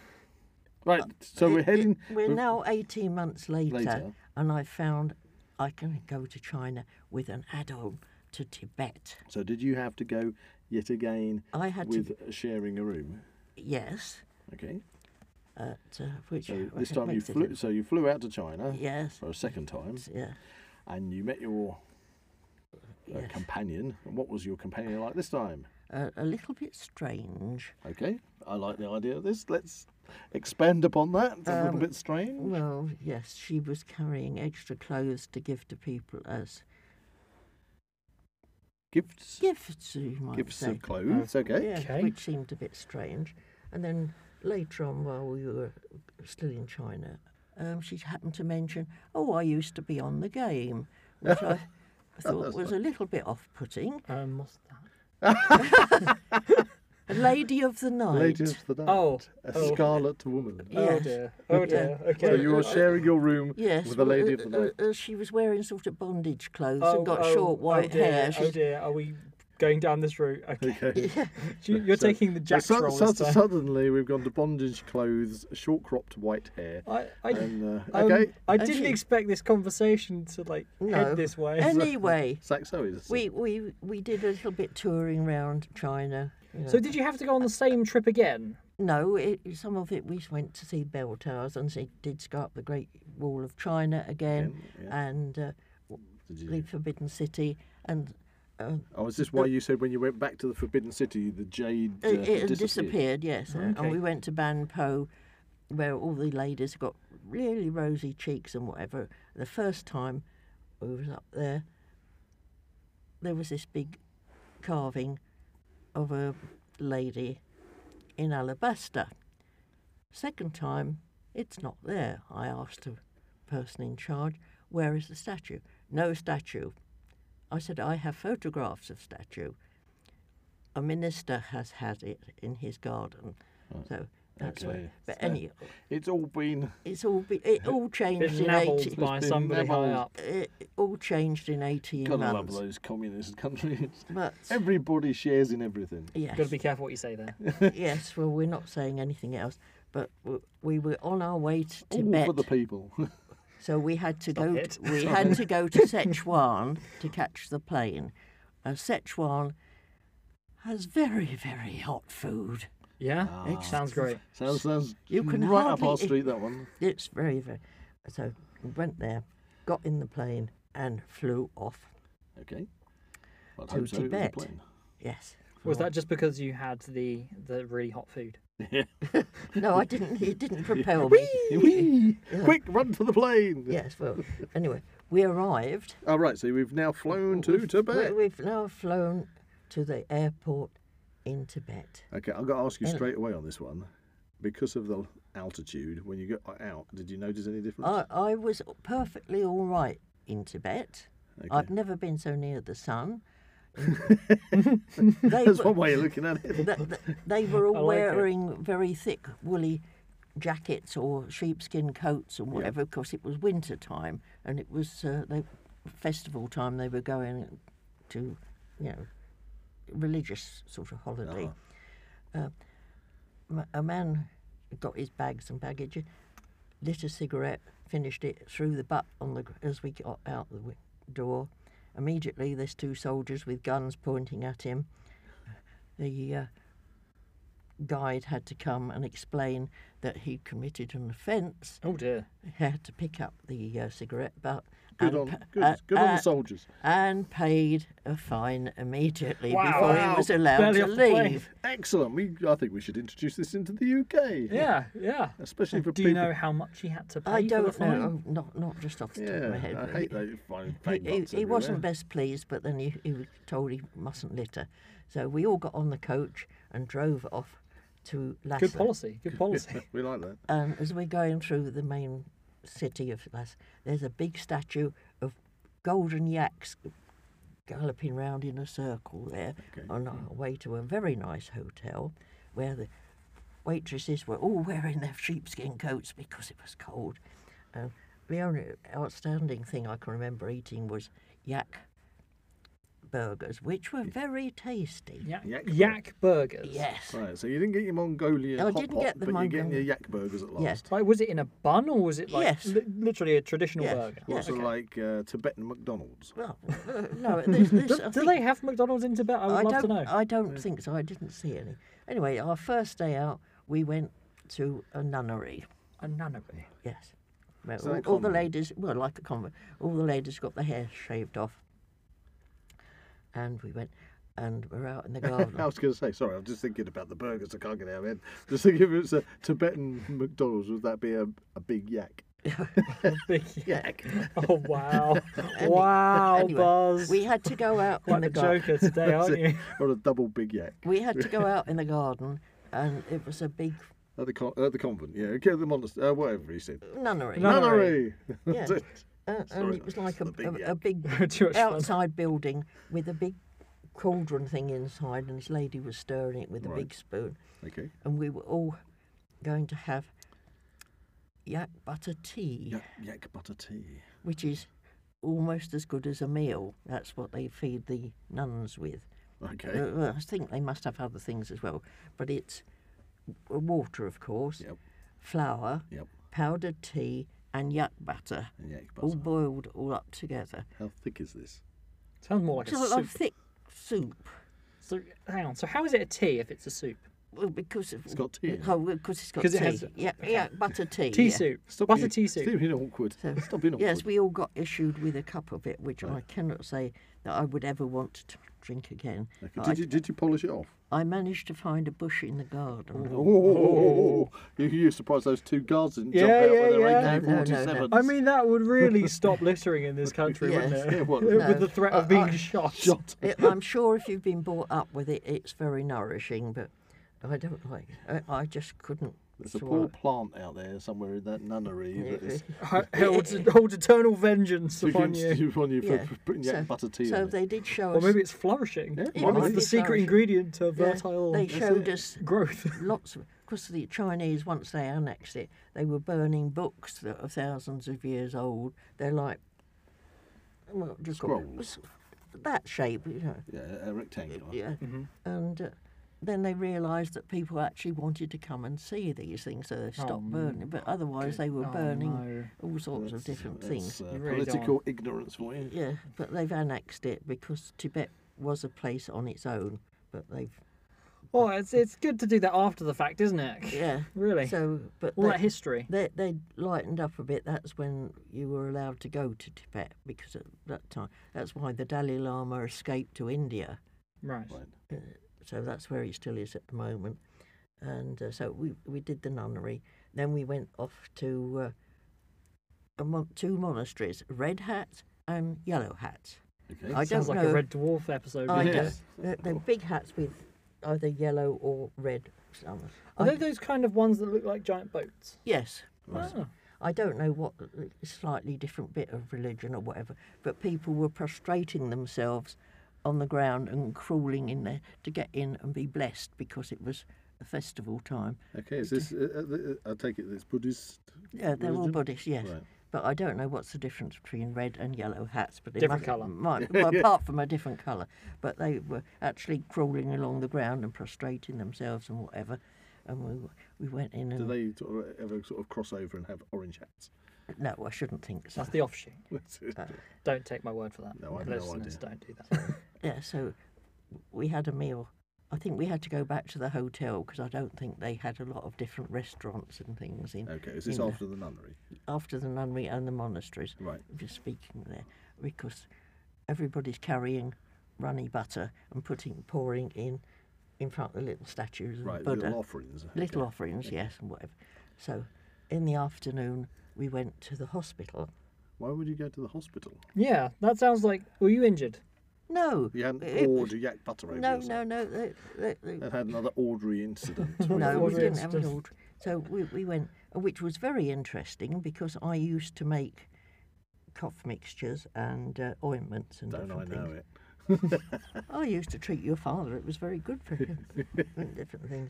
S2: Right. So we're
S3: It-
S2: heading.
S3: it- we're now 18 months later,
S2: Later.
S3: and I found I can go to China with an add-on to Tibet.
S2: So did you have to go yet again
S3: I had to,
S2: with sharing a room?
S3: yes,
S2: Okay.
S3: at, uh, which
S2: So
S3: which
S2: this time you
S3: makes it
S2: flew.
S3: in-
S2: So you flew out to China Um, uh,
S3: Yes,
S2: for a second time,
S3: yeah,
S2: and you met your uh,
S3: yes.
S2: companion. And what was your companion like this time?
S3: A- a little bit strange.
S2: Okay, I like the idea of this. Let's expand upon that. It's a little bit strange.
S3: Um, Well, yes, she was carrying extra clothes to give to people as
S2: Gifts,
S3: gifts, you might
S2: gifts
S3: say.
S2: of clothes. Okay.
S3: Yes,
S1: Okay.
S3: which seemed a bit strange. And then later on, while we were still in China, um, she happened to mention, "Oh, I used to be on the game," which I Um, thought was a little bit off-putting.
S1: Um, what's that?
S3: Lady of the Night.
S2: Lady of the Night.
S1: Oh,
S2: A
S1: oh.
S2: scarlet woman.
S1: Oh
S3: Yes.
S1: dear. Oh dear. Okay.
S2: So you were
S3: uh,
S2: sharing your room
S3: Yes,
S2: with the
S3: well,
S2: Lady
S3: uh,
S2: of the Night.
S3: uh, uh, she was wearing sort of bondage clothes
S1: oh,
S3: and got
S1: oh,
S3: short white
S1: oh dear,
S3: hair.
S1: Oh
S3: She's-
S1: dear. Are we going down this route? Okay.
S2: Okay.
S1: You- You're
S2: So-
S1: taking the
S2: so
S1: Jack's
S2: sud-
S1: role
S2: sud-
S1: this time.
S2: Suddenly, we've gone to bondage clothes, short cropped white hair.
S1: I, I,
S2: And, uh,
S1: um,
S2: okay.
S1: I didn't
S3: Actually-
S1: expect this conversation to like
S3: No.
S1: head this way.
S3: Anyway,
S2: Saxo is.
S3: we, we we did a little bit touring round China. you
S1: So
S3: know.
S1: did you have to go on the same trip again?
S3: no, it, some of it we went to see bell towers and see, did go up the Great Wall of China again,
S2: Again,
S3: and uh,
S2: Did
S3: the
S2: you,
S3: Forbidden City and. Uh,
S2: oh, is this why you said when you went back to the Forbidden City, the jade uh,
S3: it, it had
S2: disappeared?
S3: disappeared, yes. uh,
S1: Okay.
S3: And we went to Banpo, where all the ladies got really rosy cheeks and whatever. The first time we was up there, there was this big carving of a lady in alabaster. Second time, it's not there. I asked the person in charge, where is the statue? No statue. I said, I have photographs of statue. A minister has had it in his garden. So that's where.
S2: okay.
S3: But
S2: So-
S3: anyway,
S2: It's all been.
S3: it's all, be, it all changed
S1: Been
S3: in 80,
S1: nabbled by
S2: It's been
S1: somebody high
S2: nabbled.
S1: up.
S3: it all changed in 18
S2: Gotta love
S3: months.
S2: those communist countries.
S3: But
S2: Everybody shares in everything.
S3: yes,
S1: Got to be careful what you say there.
S3: yes, well, we're not saying anything else, but w- we were on our way to
S2: All
S3: Tibet,
S2: for the people.
S3: so we had to go.
S1: it.
S3: To, we had to go to Sichuan to catch the plane. Uh, Sichuan has very, very hot food.
S1: Yeah,
S2: Ah.
S1: sounds great.
S2: sounds sounds
S3: You can
S2: right up our
S3: hardly-
S2: street. That one.
S3: It's very, very. So we went there, got in the plane, and flew off.
S2: Okay. Well, hope
S3: To
S2: so, it was a
S3: Tibet.
S2: plane.
S3: Yes.
S1: Was that just because you had the the really hot food?
S3: No, I didn't. It didn't propel me.
S2: Whee! Quick, run to the plane.
S3: Yes. Well, anyway, we arrived.
S2: All right, so we've now flown to Tibet.
S3: We- We've now flown to the airport in Tibet.
S2: Okay, I've got to ask you
S3: And-
S2: straight away on this one. Because of the altitude, when you got out, did you notice any difference?
S3: I, I was perfectly all right in Tibet. I've
S2: Okay.
S3: never been so near the sun. they,
S2: That's
S3: were,
S2: one way of looking at it.
S3: th- th- they were all
S1: like it.
S3: wearing very thick woolly jackets or sheepskin coats or whatever. Of course, it was winter time and it was uh, they, festival time. They were going to, you know, religious sort of holiday. Uh,
S2: Uh-huh.
S3: m- a man got his bags and baggage, lit a cigarette, finished it, threw the butt on the gr- as we got out the wi- door. Immediately, there's two soldiers with guns pointing at him. The uh, guide had to come and explain that he committed an offence.
S1: Oh dear.
S3: He had to pick up the uh, cigarette butt.
S2: Good
S3: and
S2: on,
S3: pa-
S2: good,
S3: uh,
S2: good on
S3: uh,
S2: the soldiers.
S3: and paid a fine immediately
S1: Wow.
S3: before
S2: Wow.
S3: he was allowed
S1: Barely
S3: to
S1: off the plane.
S3: leave.
S2: Excellent. We, I think we should introduce this into the UK.
S1: Yeah, yeah.
S3: Uh,
S2: Especially for
S1: Do
S2: people.
S1: you know how much he had to pay
S3: I
S1: for the
S3: don't
S1: fine?
S3: know. Not not just off the top of my head.
S2: Yeah, I
S3: but
S2: hate those fine
S3: he,
S2: fake
S3: he,
S2: lots
S3: he wasn't
S2: everywhere.
S3: best pleased, but then he, he was told he mustn't litter. So we all got on the coach and drove off to Lhasa.
S1: Good policy. Good policy.
S2: we like that.
S3: And Um, as we're going through the main city of Lhasa, there's a big statue of golden yaks galloping round in a circle there
S2: Okay.
S3: on our way to a very nice hotel where the waitresses were all wearing their sheepskin coats because it was cold. And the only outstanding thing I can remember eating was yak burgers, which were very tasty.
S1: yak,
S2: Yak
S1: yak burgers.
S3: Yes.
S2: Right, so you didn't get your Mongolian
S3: Oh, I
S2: hot
S3: didn't
S2: pot,
S3: get the
S2: but you're getting your
S3: Mongolian.
S2: yak burgers at last.
S3: Yes.
S1: Like, was it in a bun or was it like
S3: Yes.
S1: li- literally a traditional
S3: Yes.
S1: burger?
S3: Yeah,
S2: Lots of
S3: okay.
S2: like uh, Tibetan McDonald's.
S3: Well, no, this, this, I
S1: Do
S3: think-
S1: they have McDonald's in Tibet? I would
S3: I
S1: love
S3: don't,
S1: to know.
S3: I don't
S2: Mm.
S3: think so. I didn't see any. Anyway, our first day out, we went to a nunnery.
S1: A nunnery.
S3: Yes. Well,
S2: So
S3: all,
S2: like
S3: all the
S2: convent?
S3: ladies, well, like a convent, all the ladies got their hair shaved off. And we went, and we're out in the
S2: I
S3: garden.
S2: was going to say, sorry, I'm just thinking about the burgers. I can't get it out of my head. Just thinking if it's a Tibetan McDonald's, would that be a, a big yak?
S1: Big
S2: Yak.
S1: Oh wow, wow,
S3: Anyway,
S1: Buzz.
S3: we had to go out in
S1: Quite the
S3: the garden.
S1: Joker today, aren't you?
S2: or a double big yak.
S3: Oh, We had to go out in the garden, and it was a big
S2: At the, con- at the convent, yeah. Okay, the monastery, uh, whatever he said.
S3: nunnery.
S1: Nun-
S2: Nunnery!
S3: Yeah.
S2: That's it.
S3: Uh, and
S2: Sorry,
S3: it was like a,
S2: the big
S3: a, a
S2: yak.
S3: big
S1: Too much fun.
S3: outside building with a big cauldron thing inside, and this lady was stirring it with a
S2: Right.
S3: big spoon.
S2: Okay.
S3: And we were all going to have yak butter tea,
S2: Yak, yak butter tea.
S3: which is almost as good as a meal. That's what they feed the nuns with.
S2: Okay.
S3: Uh, well, I think they must have other things as well, but it's w- water, of course,
S2: Yep.
S3: flour,
S2: Yep.
S3: powdered tea, and yak butter,
S2: And yak
S3: all
S2: butter.
S3: boiled all up together.
S2: How thick is this?
S1: Sounds more like a
S3: Just like
S1: soup.
S3: thick soup.
S1: So, hang on. So, how is it a tea if it's a soup?
S3: Well, because of, it's
S2: got tea in it.
S3: Oh, well, because it's got
S1: 'Cause
S3: tea.
S1: it has-
S3: yeah, yeah, butter tea.
S1: Tea
S3: yeah.
S1: soup. Butter
S2: being,
S1: tea soup.
S2: Stop being awkward.
S3: So,
S2: Stop being awkward.
S3: yes, we all got issued with a cup of it, which I cannot say that I would ever want to drink again.
S2: Okay,
S3: But I,
S2: Did you did you polish it off?
S3: I managed to find a bush in the garden.
S2: Oh, oh, oh, oh, oh. You, you surprised those two guards didn't jump
S1: Yeah,
S2: out
S1: yeah,
S2: when
S1: yeah.
S2: they're
S3: No, no, no,
S2: 47s.
S3: no.
S1: I mean, that would really stop littering in this country,
S3: Yes.
S1: wouldn't it?
S2: Yeah, what?
S3: No. Uh,
S1: With the threat of
S3: I-
S1: being
S3: I-
S1: shot.
S2: shot.
S3: It- I'm sure if you've been brought up with it, it's very nourishing, but I don't like. I, I just couldn't.
S2: There's a
S3: swallow
S2: poor
S3: it.
S2: plant out there somewhere in that nunnery that is
S1: Ho- Holds, holds eternal vengeance upon
S2: against
S1: you.
S2: you on you for
S3: Yeah.
S2: p- putting yak
S3: so,
S2: and butter tea
S3: So
S2: in it.
S3: they did show
S1: Or
S3: us.
S1: maybe it's flourishing.
S2: Yeah,
S1: Maybe
S2: might
S1: it's
S2: be.
S1: the secret
S3: Flourishing.
S1: ingredient to
S3: yeah,
S1: fertile
S3: they showed us
S1: growth.
S3: lots of. Because the Chinese, once they annexed it, they were burning books that are thousands of years old. They're like, well, just got-
S2: Scrolls.
S3: that shape, you know.
S2: Yeah, a rectangular.
S3: Yeah.
S1: Mm-hmm.
S3: And uh, then they realised that people actually wanted to come and see these things, so they stopped burning. But otherwise, they were
S1: Oh,
S3: burning
S1: no.
S3: all sorts of different things.
S2: That's, uh,
S1: You really don't
S2: political ignorance for you.
S3: Yeah, but they've annexed it because Tibet was a place on its own. But they've
S1: Well, it's, it's good to do that after the fact, isn't it?
S3: yeah.
S1: Really?
S3: So, but
S1: All
S3: they,
S1: that history.
S3: they they lightened up a bit. That's when you were allowed to go to Tibet because at that time, that's why the Dalai Lama escaped to India.
S1: Right.
S2: Right.
S3: so that's where he still is at the moment. And uh, so we we did the nunnery. Then we went off to uh, a mon- two monasteries, Red Hat and Yellow Hat.
S2: Okay.
S3: I
S1: Sounds
S3: don't
S1: like
S3: know.
S1: a Red Dwarf episode.
S3: I
S1: doesn't it?
S3: don't-
S2: Yes.
S3: they're, they're big hats with either yellow or red. Some.
S1: Are they those kind of ones that look like giant boats?
S3: Yes.
S1: Ah.
S3: I don't know what uh, slightly different bit of religion or whatever, but people were prostrating themselves on the ground and crawling in there to get in and be blessed because it was a festival time.
S2: Okay. Is this? Uh, uh, the- uh, I take it it's Buddhist.
S3: Yeah, they're all
S2: religion?
S3: Buddhist, yes.
S2: Right.
S3: But I don't know what's the difference between red and yellow hats. But it
S1: Different
S3: must-
S1: colour.
S3: might- well, apart from a different colour. But they were actually crawling along the ground and prostrating themselves and whatever. And we we went in
S2: Do
S3: and
S2: they sort of ever sort of cross over and have orange hats?
S3: no, I shouldn't think so.
S1: That's the offshoot.
S2: Right.
S1: Don't take my word for that.
S2: No, I have no
S1: Listeners,
S2: idea.
S1: don't do that.
S3: Yeah, so we had a meal. I think we had to go back to the hotel because I don't think they had a lot of different restaurants and things in
S2: Okay. Is this
S3: in the-
S2: after the nunnery?
S3: after the nunnery and the monasteries.
S2: Right.
S3: I'm just speaking there because everybody's carrying runny butter and putting pouring in in front of the little statues of
S2: Right.
S3: Buddha.
S2: Little offerings. okay.
S3: uh, Little offerings, yes, and whatever. So in the afternoon we went to the hospital.
S2: Why would you go to the hospital?
S1: yeah, that sounds like. Were you injured?
S3: No.
S2: You hadn't
S3: it-
S2: poured your yak butter over
S3: no,
S2: yourself.
S3: no, no, they- they- they-
S2: They've had another Audrey incident.
S3: no, we
S1: Ordering
S3: didn't have an
S1: stuff.
S3: order. So we, we went, which was very interesting because I used to make cough mixtures and uh, ointments and
S2: Don't I
S3: different
S2: know
S3: things.
S2: it?
S3: I used to treat your father. It was very good for him. and different things.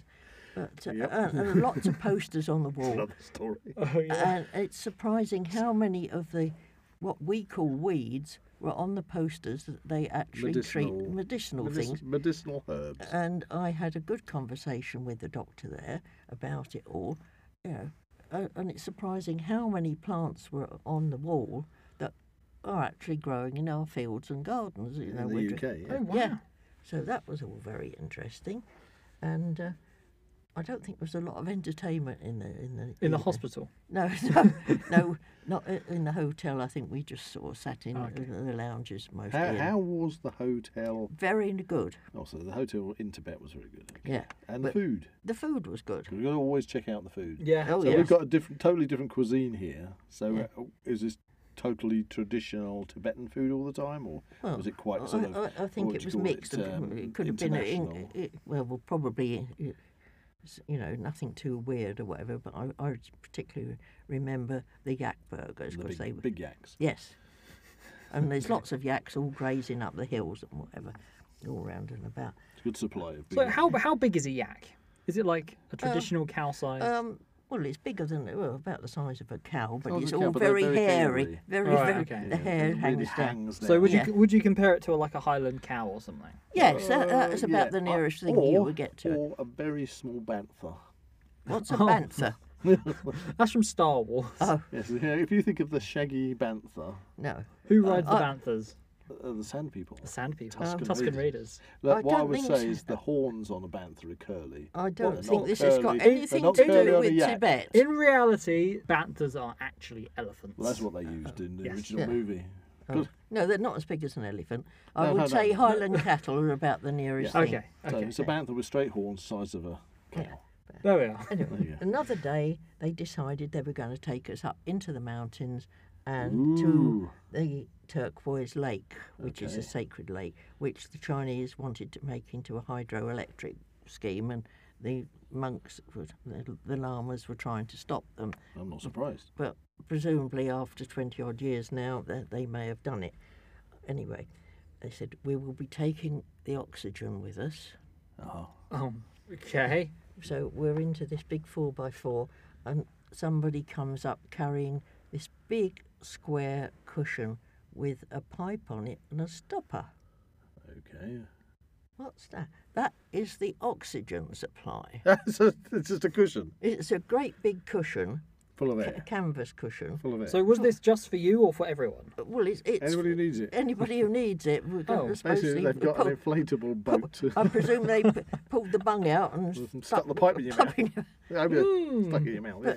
S3: But uh,
S2: Yep.
S3: and, and lots of posters on the wall.
S2: Another story.
S1: Oh, yeah.
S3: And it's surprising how many of the what we call weeds were on the posters that they actually treat
S2: Medicinal-
S3: medicinal
S2: Medic-
S3: things.
S2: medicinal herbs.
S3: And I had a good conversation with the doctor there about it all. You know, uh, and it's surprising how many plants were on the wall that are actually growing in our fields and gardens. You know,
S2: in
S3: we're
S2: the
S3: dri-
S2: UK. Yeah.
S1: Oh, wow.
S3: yeah. So that was all very interesting, and uh, I don't think there was a lot of entertainment in the in the
S1: In the
S3: either.
S1: hospital.
S3: No, no, no, not i- in the hotel. I think we just sort of sat in
S1: Ah, Okay.
S3: the the lounges mostly.
S2: How,
S3: and
S2: how was the hotel?
S3: Very good.
S2: Oh, so the hotel in Tibet was very good.
S3: Yeah,
S2: And
S3: but
S2: the food.
S3: the food was good.
S2: We've got to always check out the food.
S1: Yeah.
S3: Oh,
S2: So
S3: yeah.
S2: we've got a different, totally different cuisine here. So uh, is this totally traditional Tibetan food all the time, or
S3: Well,
S2: was it quite
S3: I-
S2: sort of?
S3: I, I think
S2: what
S3: it
S2: do you
S3: was
S2: call
S3: mixed. a bit.
S2: um,
S3: it could have been, a, in,
S2: international?
S3: it, well, well, probably, uh, s- you know, nothing too weird or whatever. But I, I particularly remember the yak burgers
S2: the
S3: because they were
S2: big, big yaks.
S3: Yes. And there's lots of yaks all grazing up the hills and whatever. all round and about.
S2: It's a good supply of
S1: So
S2: beef.
S1: how how big is a yak? Is it like a traditional cow size?
S3: Um, well, it's bigger than well, about the size of a cow, but
S2: Size of
S3: it's
S2: a
S3: all
S2: Oh, cow, but they're
S3: very,
S2: very
S3: hairy,
S2: hairy.
S3: very,
S1: Right,
S3: very.
S1: okay.
S3: The
S2: Yeah,
S3: hair
S2: it
S3: hangs
S2: really
S3: down.
S2: hangs
S1: so would you
S3: yeah.
S1: would you compare it to like a Highland cow or something?
S3: Yes, that, that's
S2: Uh,
S3: about
S2: yeah,
S3: the
S2: uh,
S3: nearest thing
S2: or,
S3: you would get to it.
S2: Or Oh. a very small bantha.
S3: What's a bantha?
S1: That's from Star Wars.
S3: Oh
S2: Yes, you know, if you think of the shaggy bantha,
S3: no.
S1: Who rides the
S3: uh,
S1: banthas?
S2: uh, the sand people.
S1: The sand people.
S2: Tuscan
S1: Tuscan, Raiders.
S2: Raiders. That,
S3: I
S2: what I
S3: don't
S2: would
S3: think
S2: say
S3: so.
S2: is the horns on a bantha are curly.
S3: I
S2: Well,
S3: don't
S2: they're
S3: think
S2: not
S3: this has got
S2: curly- they're
S3: anything
S2: not
S3: to
S2: curly
S3: do
S2: on a
S3: with
S2: yak.
S3: Tibet.
S1: In reality, banthas are actually elephants.
S2: Well, that's what they used in the
S1: yes.
S2: original
S3: Yeah.
S2: movie. Good.
S3: No, they're not as big as an elephant. I
S2: No,
S3: would
S2: no, no,
S3: say
S2: no.
S3: Highland cattle are about the nearest
S1: Yeah.
S3: thing.
S1: Okay.
S2: So it's a bantha with straight horns, size of a cow.
S3: Yeah.
S1: There we are.
S2: There you
S3: Anyway,
S2: go.
S3: another day they decided they were going to take us up into the mountains
S2: Ooh.
S3: and to the turquoise lake, which is a
S2: Okay.
S3: sacred lake, which the Chinese wanted to make into a hydroelectric scheme, and the monks, were- the, the lamas, were trying to stop them.
S2: I'm not surprised.
S3: But presumably, after 20 odd years now, they, they may have done it. Anyway, they said, We will be taking the oxygen with us.
S2: Oh.
S1: Um, okay.
S3: So we're into this big four by four, and somebody comes up carrying this big square cushion with a pipe on it and a stopper.
S2: Okay.
S3: What's that? That is the oxygen supply.
S2: That's a, it's just a cushion
S3: It's a great big cushion,
S2: full of
S3: a
S2: air.
S3: canvas cushion.
S2: Full of air.
S1: So was this just for you or for everyone?
S3: But, Well, it's, it's
S2: Anybody who needs it.
S3: anybody who needs it. We're
S1: Oh,
S3: going to
S2: Basically,
S3: supposedly
S2: they've got
S3: pull-
S2: an inflatable boat.
S3: I presume they p- pulled the bung out and
S1: Mm-hmm.
S2: And stuck the pipe in your mouth.
S3: in your-
S2: Yeah, I'd be stuck in your mouth. Yeah.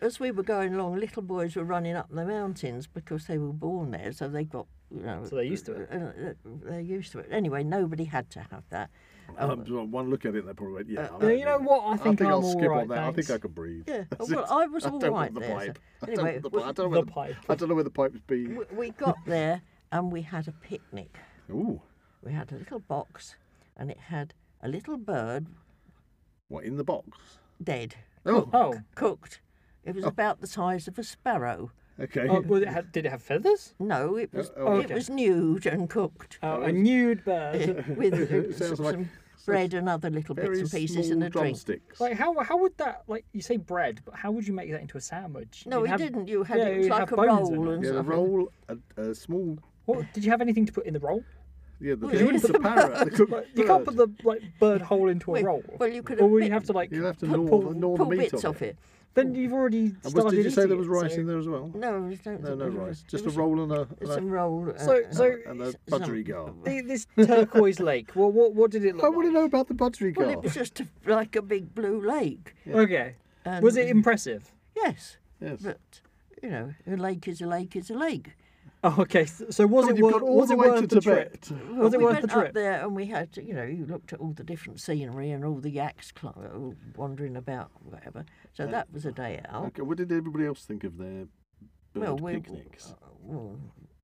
S3: as we were going along, little boys were running up the mountains because they were born there, so they got you know.
S1: So they're used to it.
S3: uh, uh, They're used to it. Anyway, nobody had to have that.
S2: Um, so one look at it, they probably went, yeah. I'm
S1: Yeah,
S2: out
S1: you know
S2: now.
S1: what? I
S2: I
S1: think,
S2: think
S1: I'm
S2: I'll skip
S1: alright,
S2: on that. I think
S1: thanks.
S2: I can breathe.
S3: Yeah,
S2: That's
S3: well,
S2: it.
S3: I was all
S2: don't
S3: right
S2: want the
S3: there, so-
S2: pipe.
S3: anyway,
S2: I don't, want the,
S3: we-
S2: pipe. I don't
S1: the
S2: know where
S1: pipe.
S2: I don't know where the pipe's been.
S3: We, we got there and we had a picnic.
S2: Ooh,
S3: We had a little box, and it had a little bird
S2: what in the box?
S3: dead,
S2: Oh,
S1: Oh,
S3: cooked. It was about the size of a sparrow.
S2: okay.
S1: uh, was it ha- did it have feathers?
S3: No, it was
S2: oh,
S3: it
S1: Uh, okay.
S3: was nude and cooked.
S1: Uh, a nude bird.
S3: with uh,
S2: sounds
S3: some,
S2: like
S3: some bread and other little bits
S2: Very
S3: and pieces
S2: small
S3: and a drink.
S2: drumsticks.
S1: like how how would that like you say bread, but how would you make that into a sandwich?
S3: No,
S1: You'd
S3: we
S1: have-
S3: didn't. You had
S1: yeah,
S3: it was
S1: you'd
S3: like
S1: have
S3: a
S1: bones in
S3: roll
S1: it.
S3: and
S2: yeah, the
S3: stuff.
S2: roll, a, a small.
S1: What did you have anything to put in the roll?
S2: Yeah, the
S3: Well, Oh, you
S2: thing,
S3: wouldn't
S2: the parrot. the cooked
S1: You can't put
S2: bird.
S1: the like bird hole into a
S3: Well-
S1: roll.
S3: well, you could
S1: Or
S3: have
S1: would you
S3: bit-
S1: have to like
S2: You'd have to
S1: put-
S2: gnaw,
S1: pull-
S2: the- gnaw the
S3: Pull
S2: meat
S3: bits
S2: off
S3: off it.
S1: Then you've already
S2: And was,
S1: started
S2: did you say
S1: eating
S2: there was
S1: it,
S2: rice
S1: so-
S2: in there as well?
S3: No, I don't
S2: No,
S3: think
S2: no
S3: it was-
S2: rice.
S3: it
S2: Just a
S3: was
S2: roll and a, and a,
S3: Some roll. uh,
S1: So-
S3: uh,
S1: so-
S2: and a
S3: some-
S2: budgerigar.
S1: The- This turquoise lake. Well, what what did it look
S2: I
S1: like?
S2: want to know about the budgerigar.
S3: Well, it was just like a big blue lake.
S1: Okay.
S3: And-
S1: was it impressive?
S3: Yes,
S2: yes.
S3: but you know, a lake is a lake is a lake.
S1: Oh, okay. s- So was
S2: God,
S1: it
S2: you've
S1: worth
S2: got all
S1: was
S2: the
S1: it
S2: way
S1: worth
S2: to
S1: the
S2: Tibet.
S1: trip?
S3: Well,
S1: Was it
S3: we
S1: worth the
S3: went up
S1: trip?
S3: there and we had, you know, you looked at all the different scenery and all the yaks cl- all wandering about, whatever. So that was a day out.
S2: Okay, what did everybody else think of their bird picnics?
S3: uh, well,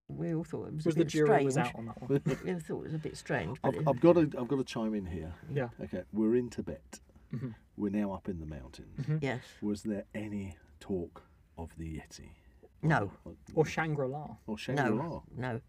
S3: we all thought it was,
S1: Was
S3: a
S1: the
S3: bit
S1: jury
S3: strange.
S1: was out on that one?
S3: we all thought it was a bit strange. But
S2: I've,
S3: it-
S2: I've got to I've got to chime in here.
S1: Yeah.
S2: Okay, we're in Tibet. We're now up in the mountains.
S3: yes.
S2: Was there any talk of the Yeti
S3: No.
S1: Or Shangri La?
S2: or Shangri La?
S3: No.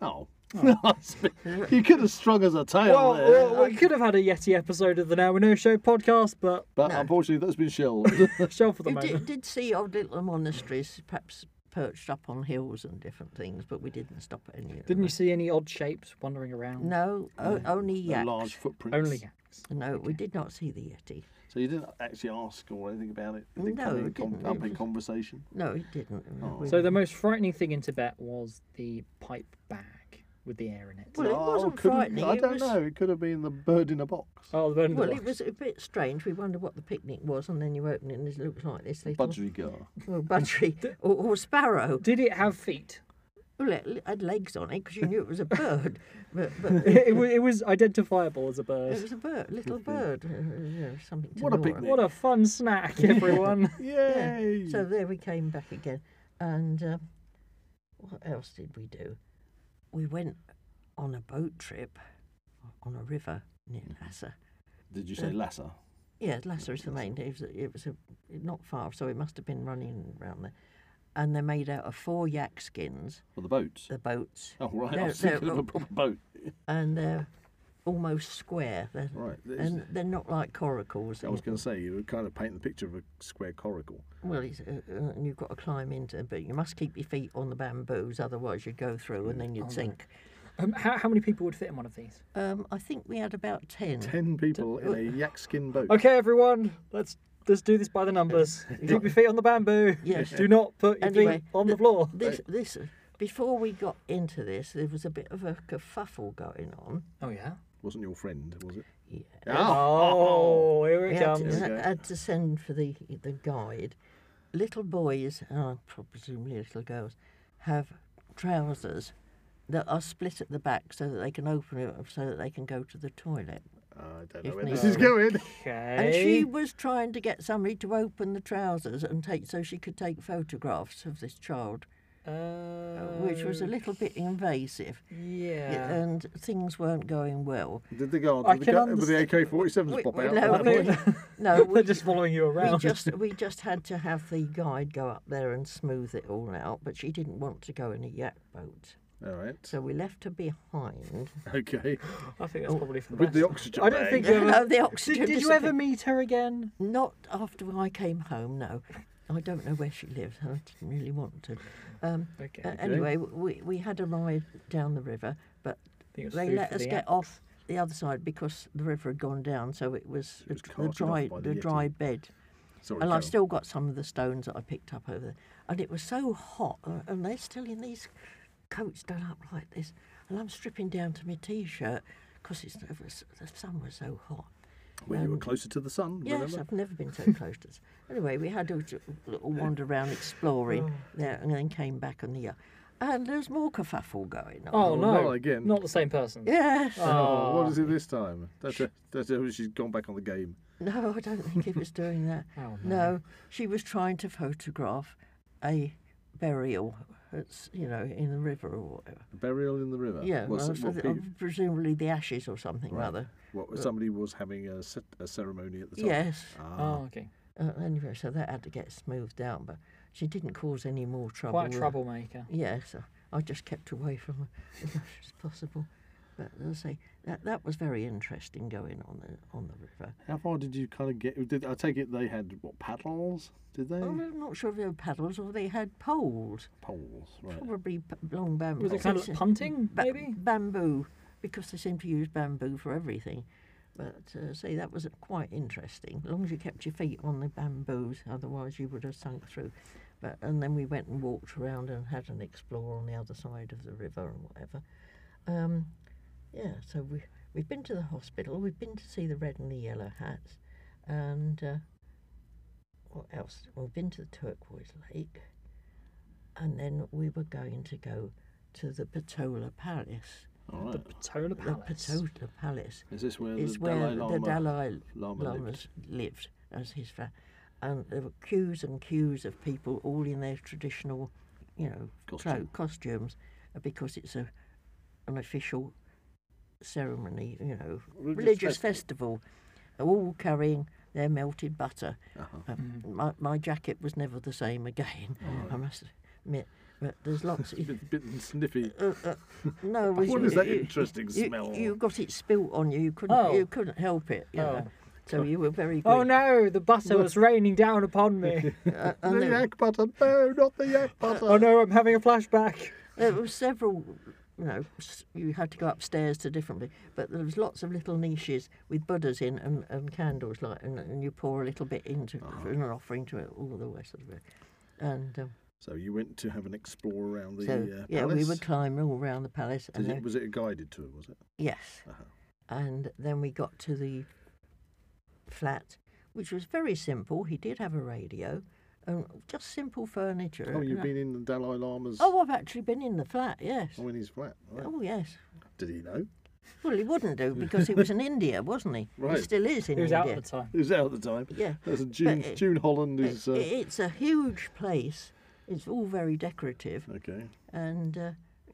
S3: No.
S2: Oh, you could have strung us a tail
S1: Well,
S2: there.
S3: uh,
S1: well,
S3: um,
S1: we could have had a Yeti episode of the Now We Know Show podcast, but
S2: but
S3: no.
S2: unfortunately, that's been shelved.
S1: shelf for the
S3: You did,
S1: moment.
S3: did see old little monasteries, perhaps perched up on hills and different things, but we didn't stop at any. of
S1: Didn't you
S3: them.
S1: see any odd shapes wandering around?
S3: No. O- only
S2: The
S3: yaks.
S2: large footprints.
S1: Only yaks.
S3: No, we did not see the yeti.
S2: So you didn't actually ask or anything about it. Did it
S3: No,
S2: come
S3: it
S2: in com-
S3: didn't. It
S2: up in
S3: was-
S2: conversation?
S3: No, it didn't.
S2: Oh.
S3: We-
S1: So the most frightening thing in Tibet was the pipe bag with the air in it.
S3: Well, it
S2: Oh,
S3: wasn't
S2: could've-
S3: frightening,
S2: I
S3: it
S2: don't
S3: was-
S2: know. It could have been the bird in a box.
S1: Oh, the bird in the
S3: well,
S1: box.
S3: it was a bit strange. We wondered what the picnic was, and then you open it and it looks like this little
S2: Budgerigar.
S3: well, budgery or, or sparrow.
S1: Did it have feet?
S3: Well, it had legs on it because you knew it was a bird, but, but
S1: it, was, it was identifiable as a
S3: It
S1: bird.
S3: was a bird, little bird, uh, uh, uh, something to
S2: What a
S3: gnaw
S2: picnic.
S3: at.
S1: What a fun snack, everyone.
S3: Yeah.
S2: Yay!
S3: So there we came back again, and um, what else did we do? We went on a boat trip on a river near Lhasa.
S2: Did
S3: uh,
S2: you say Lhasa?
S3: Yeah, Lhasa is the main. It was, a- it was a, not far, so it must have been running around there. And they're made out of four yak skins,
S2: Or the boats?
S3: the boats,
S2: Oh, right. I
S3: uh, No,
S2: was
S3: no,
S2: thinking of
S3: oh.
S2: a proper boat.
S3: and they're almost square. They're,
S2: Right.
S3: and they're not like coracles.
S2: I was going to say you would kind of paint the picture of a square coracle.
S3: Well, it's, uh, uh, and you've got to climb into, but you must keep your feet on the bamboos, otherwise you'd go through and
S2: Oh,
S3: then you'd sink.
S1: Um, how, how many people would fit in one of these?
S3: Um, I think we had about ten.
S2: Ten people in a yak skin boat.
S1: Okay, everyone, let's let's do this by the numbers. Keep your feet on the bamboo.
S3: Yes.
S1: Do not put your
S3: Anyway,
S1: feet on the floor.
S3: This, this, before we got into this, there was a bit of a kerfuffle going on.
S1: Oh yeah.
S2: Wasn't your friend, was it?
S3: Yeah.
S2: Ah,
S1: Oh, here
S3: We
S1: it
S3: had
S1: comes.
S3: to,
S2: There we go.
S3: had to send for the the guide. Little boys, and I prob- presumably little girls, have trousers that are split at the back so that they can open it up so that they can go to the toilet.
S2: I don't know
S3: If
S2: where
S3: need
S2: this is
S3: be.
S2: going.
S1: Okay.
S3: And she was trying to get somebody to open the trousers and take so she could take photographs of this child, uh, which was a
S1: Uh,
S3: little bit invasive,
S1: yeah.
S3: and things weren't going well.
S2: Did the guard
S1: I
S2: did the
S1: can
S2: guard with the
S1: understand-
S2: AK 47s
S3: We-
S2: pop
S3: we
S2: out?
S3: know-
S2: at that
S3: we-
S2: point?
S3: No,
S1: They're
S3: we,
S1: just following you
S3: we
S1: around.
S3: just we just had to have the guide go up there and smooth it all out, but she didn't want to go in a yak boat,
S2: All right.
S3: so we left her behind.
S2: Okay.
S1: I think that's probably for the
S2: With
S1: best.
S2: the oxygen.
S1: I don't
S2: bag.
S1: think you ever.
S3: no, the
S1: Did,
S3: Oh, oxygen.
S1: did you ever
S3: disappeared.
S1: meet her again?
S3: Not after I came home. No, I don't know where she lives. I didn't really want to. Um,
S1: Okay.
S3: Uh, anyway, w- we, we had a ride down the river, but
S1: think it was
S3: they
S1: food
S3: let
S1: for
S3: us
S1: the
S3: get
S1: ants.
S3: off the other side because the river had gone down, so it was,
S2: It was
S3: the- the
S2: carted off
S3: dry
S2: by the
S3: the,
S2: Yeti.
S3: dry bed.
S2: Sorry,
S3: and
S2: Carol.
S3: I've still got some of the stones that I picked up over there. And it was so hot, uh, and they're still in these coats done up like this. And I'm stripping down to my t-shirt because it's it was, the sun was so hot.
S2: Well, you were closer to the sun,
S3: Yes,
S2: remember?
S3: I've never been so close to. Anyway, we had a little little wander around
S2: Oh.
S3: exploring there, and then came back on the yacht. And there's more kerfuffle going on.
S1: Oh
S2: Oh,
S1: no!
S2: not again.
S1: Not the same person.
S3: Yes.
S2: Oh, what is it this time? That's a, that's a, she's gone back on the game.
S3: No, I don't think he was doing that.
S1: Oh,
S3: no. she was trying to photograph a burial. It's you know in the river or whatever.
S2: Burial in the river.
S3: yeah,
S2: Uh, Was,
S3: well,
S2: it-
S3: so
S2: what,
S3: the- uh,
S2: pe-
S3: presumably the ashes or something
S2: Right.
S3: rather.
S2: what, somebody was having a, ce- a ceremony at the time.
S3: Yes.
S2: Ah,
S1: Oh, okay.
S3: Uh, anyway, so that had to get smoothed out, but she didn't cause any more trouble.
S1: Quite a troublemaker.
S3: Yes, I just kept away from her as much as possible. But as I say, that, that was very interesting going on the, on the river.
S2: how far did you kind of get? Did I take it they had what paddles? Did they?
S3: Well, I'm not sure if they were paddles or they had poles,
S2: Poles, right?
S3: probably p- long bamboo.
S1: Was it kind of like punting,
S3: Ba-
S1: maybe?
S3: Bamboo, because they seem to use bamboo for everything. But uh, say that was quite interesting. As long as you kept your feet on the bamboos, otherwise you would have sunk through. But and then we went and walked around and had an explore on the other side of the river and whatever. Um, yeah, so we we've been to the hospital. We've been to see the red and the yellow hats, and uh, what else? We've been to the turquoise lake, and then we were going to go to the Patola Palace.
S2: All right.
S1: The Patola Palace.
S3: The Patola Palace
S2: Is this where
S3: is
S2: the
S3: where
S2: Dalai Lama?
S3: the Dalai
S2: Lama lived.
S3: Lamas lived as his family. And there were queues and queues of people all in their traditional, you know, clo-
S2: Costume.
S3: costumes uh, because it's a an official ceremony, you know,
S2: Religious
S3: religious, festival. all carrying their melted butter.
S2: Uh-huh.
S3: Um, my, my jacket was never the same again, I must admit. But there's lots.
S2: bit, bit sniffy.
S3: Uh, uh, no, we-
S2: What is that
S3: you-
S2: interesting
S3: you,
S2: smell?
S3: You got it spilt on you. You couldn't.
S1: Oh.
S3: You couldn't help it. You know.
S1: Oh.
S3: So you were very.
S1: Oh
S3: grim.
S1: no! The butter was raining down upon me.
S3: Uh, and Uh,
S2: the
S3: there,
S2: yak butter. No, not the yak butter.
S1: oh no! I'm having a flashback.
S3: there were several. You know, s- you had to go upstairs to different. pla- But there was lots of little niches with Buddhas in and, and candles, like, and, and you pour a little bit into
S2: Uh-huh.
S3: for an offering to it, all the rest of it. And um, so,
S2: So you went to have an explore around the uh,
S3: yeah, we
S2: palace?
S3: were climbing all around the palace, and
S2: Did
S3: there,
S2: it, was it a guided tour? Was it? Uh-huh.
S3: Yes. And then we got to the flat, which was very simple. He did have a radio and just simple furniture.
S2: Oh, you've
S3: And I-
S2: been in the Dalai Lama's.
S3: Oh, I've actually been in the flat, yes.
S2: Oh, in his flat. Right.
S3: Oh, yes.
S2: Did he know?
S3: Well, he wouldn't do because he was in India, wasn't he?
S2: Right.
S3: He still is in
S1: It was
S3: India.
S1: out at the time.
S2: It was out at the time.
S3: Yeah.
S2: That's a June.
S3: it-
S2: June Holland
S3: It-
S2: is. Uh,
S3: it's a huge place. It's all very decorative.
S2: okay.
S3: And uh,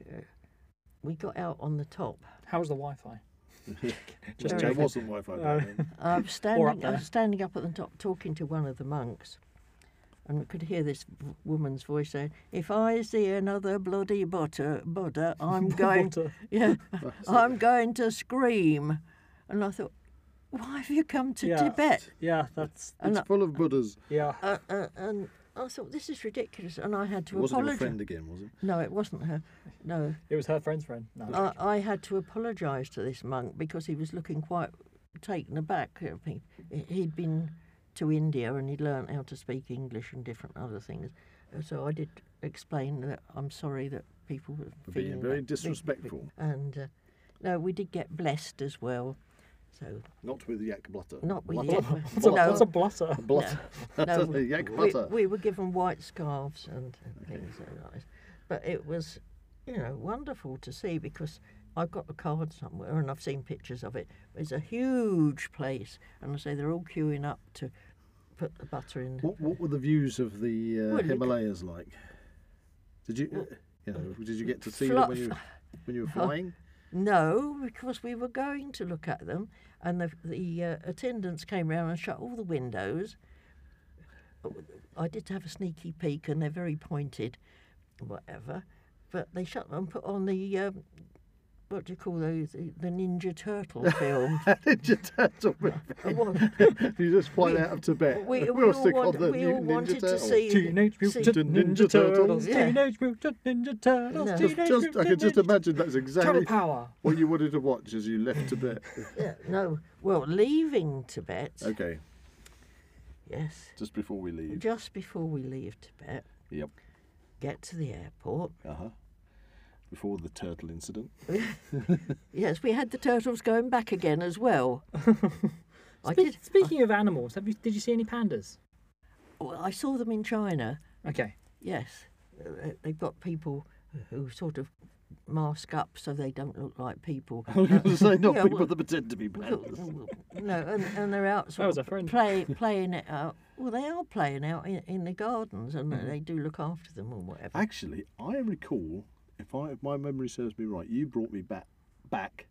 S3: uh, we got out on the top.
S1: How was the Wi-Fi?
S2: Just there
S3: Very good.
S2: wasn't Wi-Fi. back then.
S3: I was standing, I
S1: there.
S3: was standing up at the top talking to one of the monks, and we could hear this v- woman's voice saying, "If I see another bloody butter, butter, I'm going,
S1: Butter.
S3: yeah, I'm going to scream." And I thought, "Why have you come to
S1: yeah.
S3: Tibet?"
S1: Yeah, that's
S3: And
S2: It's
S3: I,
S2: full of Buddhas.
S1: yeah.
S3: uh, uh, and I thought, "This is ridiculous," and I had
S2: It
S3: to
S2: wasn't your
S3: apologise.
S2: friend again, was it?
S3: No, it wasn't her. No,
S1: It was her friend's friend. No, I'm
S3: I, I had to apologise to this monk because he was looking quite taken aback. I mean, he- He'd been to India and he'd learnt how to speak English and different other things. Uh, So I did explain that I'm sorry that people were
S2: For
S3: feeling
S2: being very
S3: that-
S2: disrespectful.
S3: And uh, no, we did get blessed as well. So
S2: Not with yak butter.
S3: not with
S2: Butter.
S3: yet.
S1: What's a,
S3: no,
S1: what's a blutter?
S2: Butter.
S3: no,
S2: That's a yak
S3: we,
S2: butter.
S3: we were given white scarves and and things like that. But it was, you know, wonderful to see because I've got the card somewhere and I've seen pictures of it. It's a huge place, and I say they're all queuing up to put the butter in.
S2: What, what were the views of the uh,
S3: Well, look-
S2: Himalayas like? Did you, you know, did you get to see
S3: Fly-
S2: them when you when you were flying?
S3: No, because we were going to look at them, and the, the uh, attendants came round and shut all the windows. I did have a sneaky peek, and they're very pointed, whatever. But they shut them and put on the um, what do you call those? The, the Ninja Turtle film.
S2: did you turtle
S3: And what-
S2: You just fly
S3: We-
S2: out of Tibet.
S3: we, we,
S2: We'll
S3: all,
S2: stick on
S3: want-
S2: the
S3: we
S2: new
S3: all
S2: Ninja
S3: wanted to
S2: Turtle.
S3: see.
S1: Teenage
S3: see-
S1: Mutant
S2: Ninja
S1: Ninja Turtles.
S2: Turtles.
S3: Yeah.
S1: Teenage Mutant Ninja Turtles.
S3: No.
S1: Teenage
S2: Just, I
S1: Mutant
S2: can just
S1: Ninja-
S2: imagine that's exactly
S1: Turtle power.
S2: what you wanted to watch as you left Tibet.
S3: yeah, no, well, leaving Tibet.
S2: okay,
S3: Yes,
S2: just before we leave.
S3: just before we leave Tibet,
S2: Yep.
S3: get to the airport.
S2: Uh huh. Before the turtle incident.
S3: Yes, we had the turtles going back again as well. I uh,
S1: Spe-
S3: did.
S1: Speaking of animals, have you, did you see any pandas?
S3: Well, I saw them in China.
S1: Okay.
S3: Yes, They- they've got people who sort of mask up so they don't look like people.
S2: I was going to say not
S3: Yeah,
S2: people
S3: well-
S2: that pretend to be
S3: no,
S2: pandas.
S3: and, and they're out sort
S1: was
S3: of
S1: a friend.
S3: play, playing it out. Well, they are playing out in, in the gardens, and
S2: Mm-hmm.
S3: they do look after them and whatever.
S2: Actually, I recall, if I if my memory serves me right, you brought me back back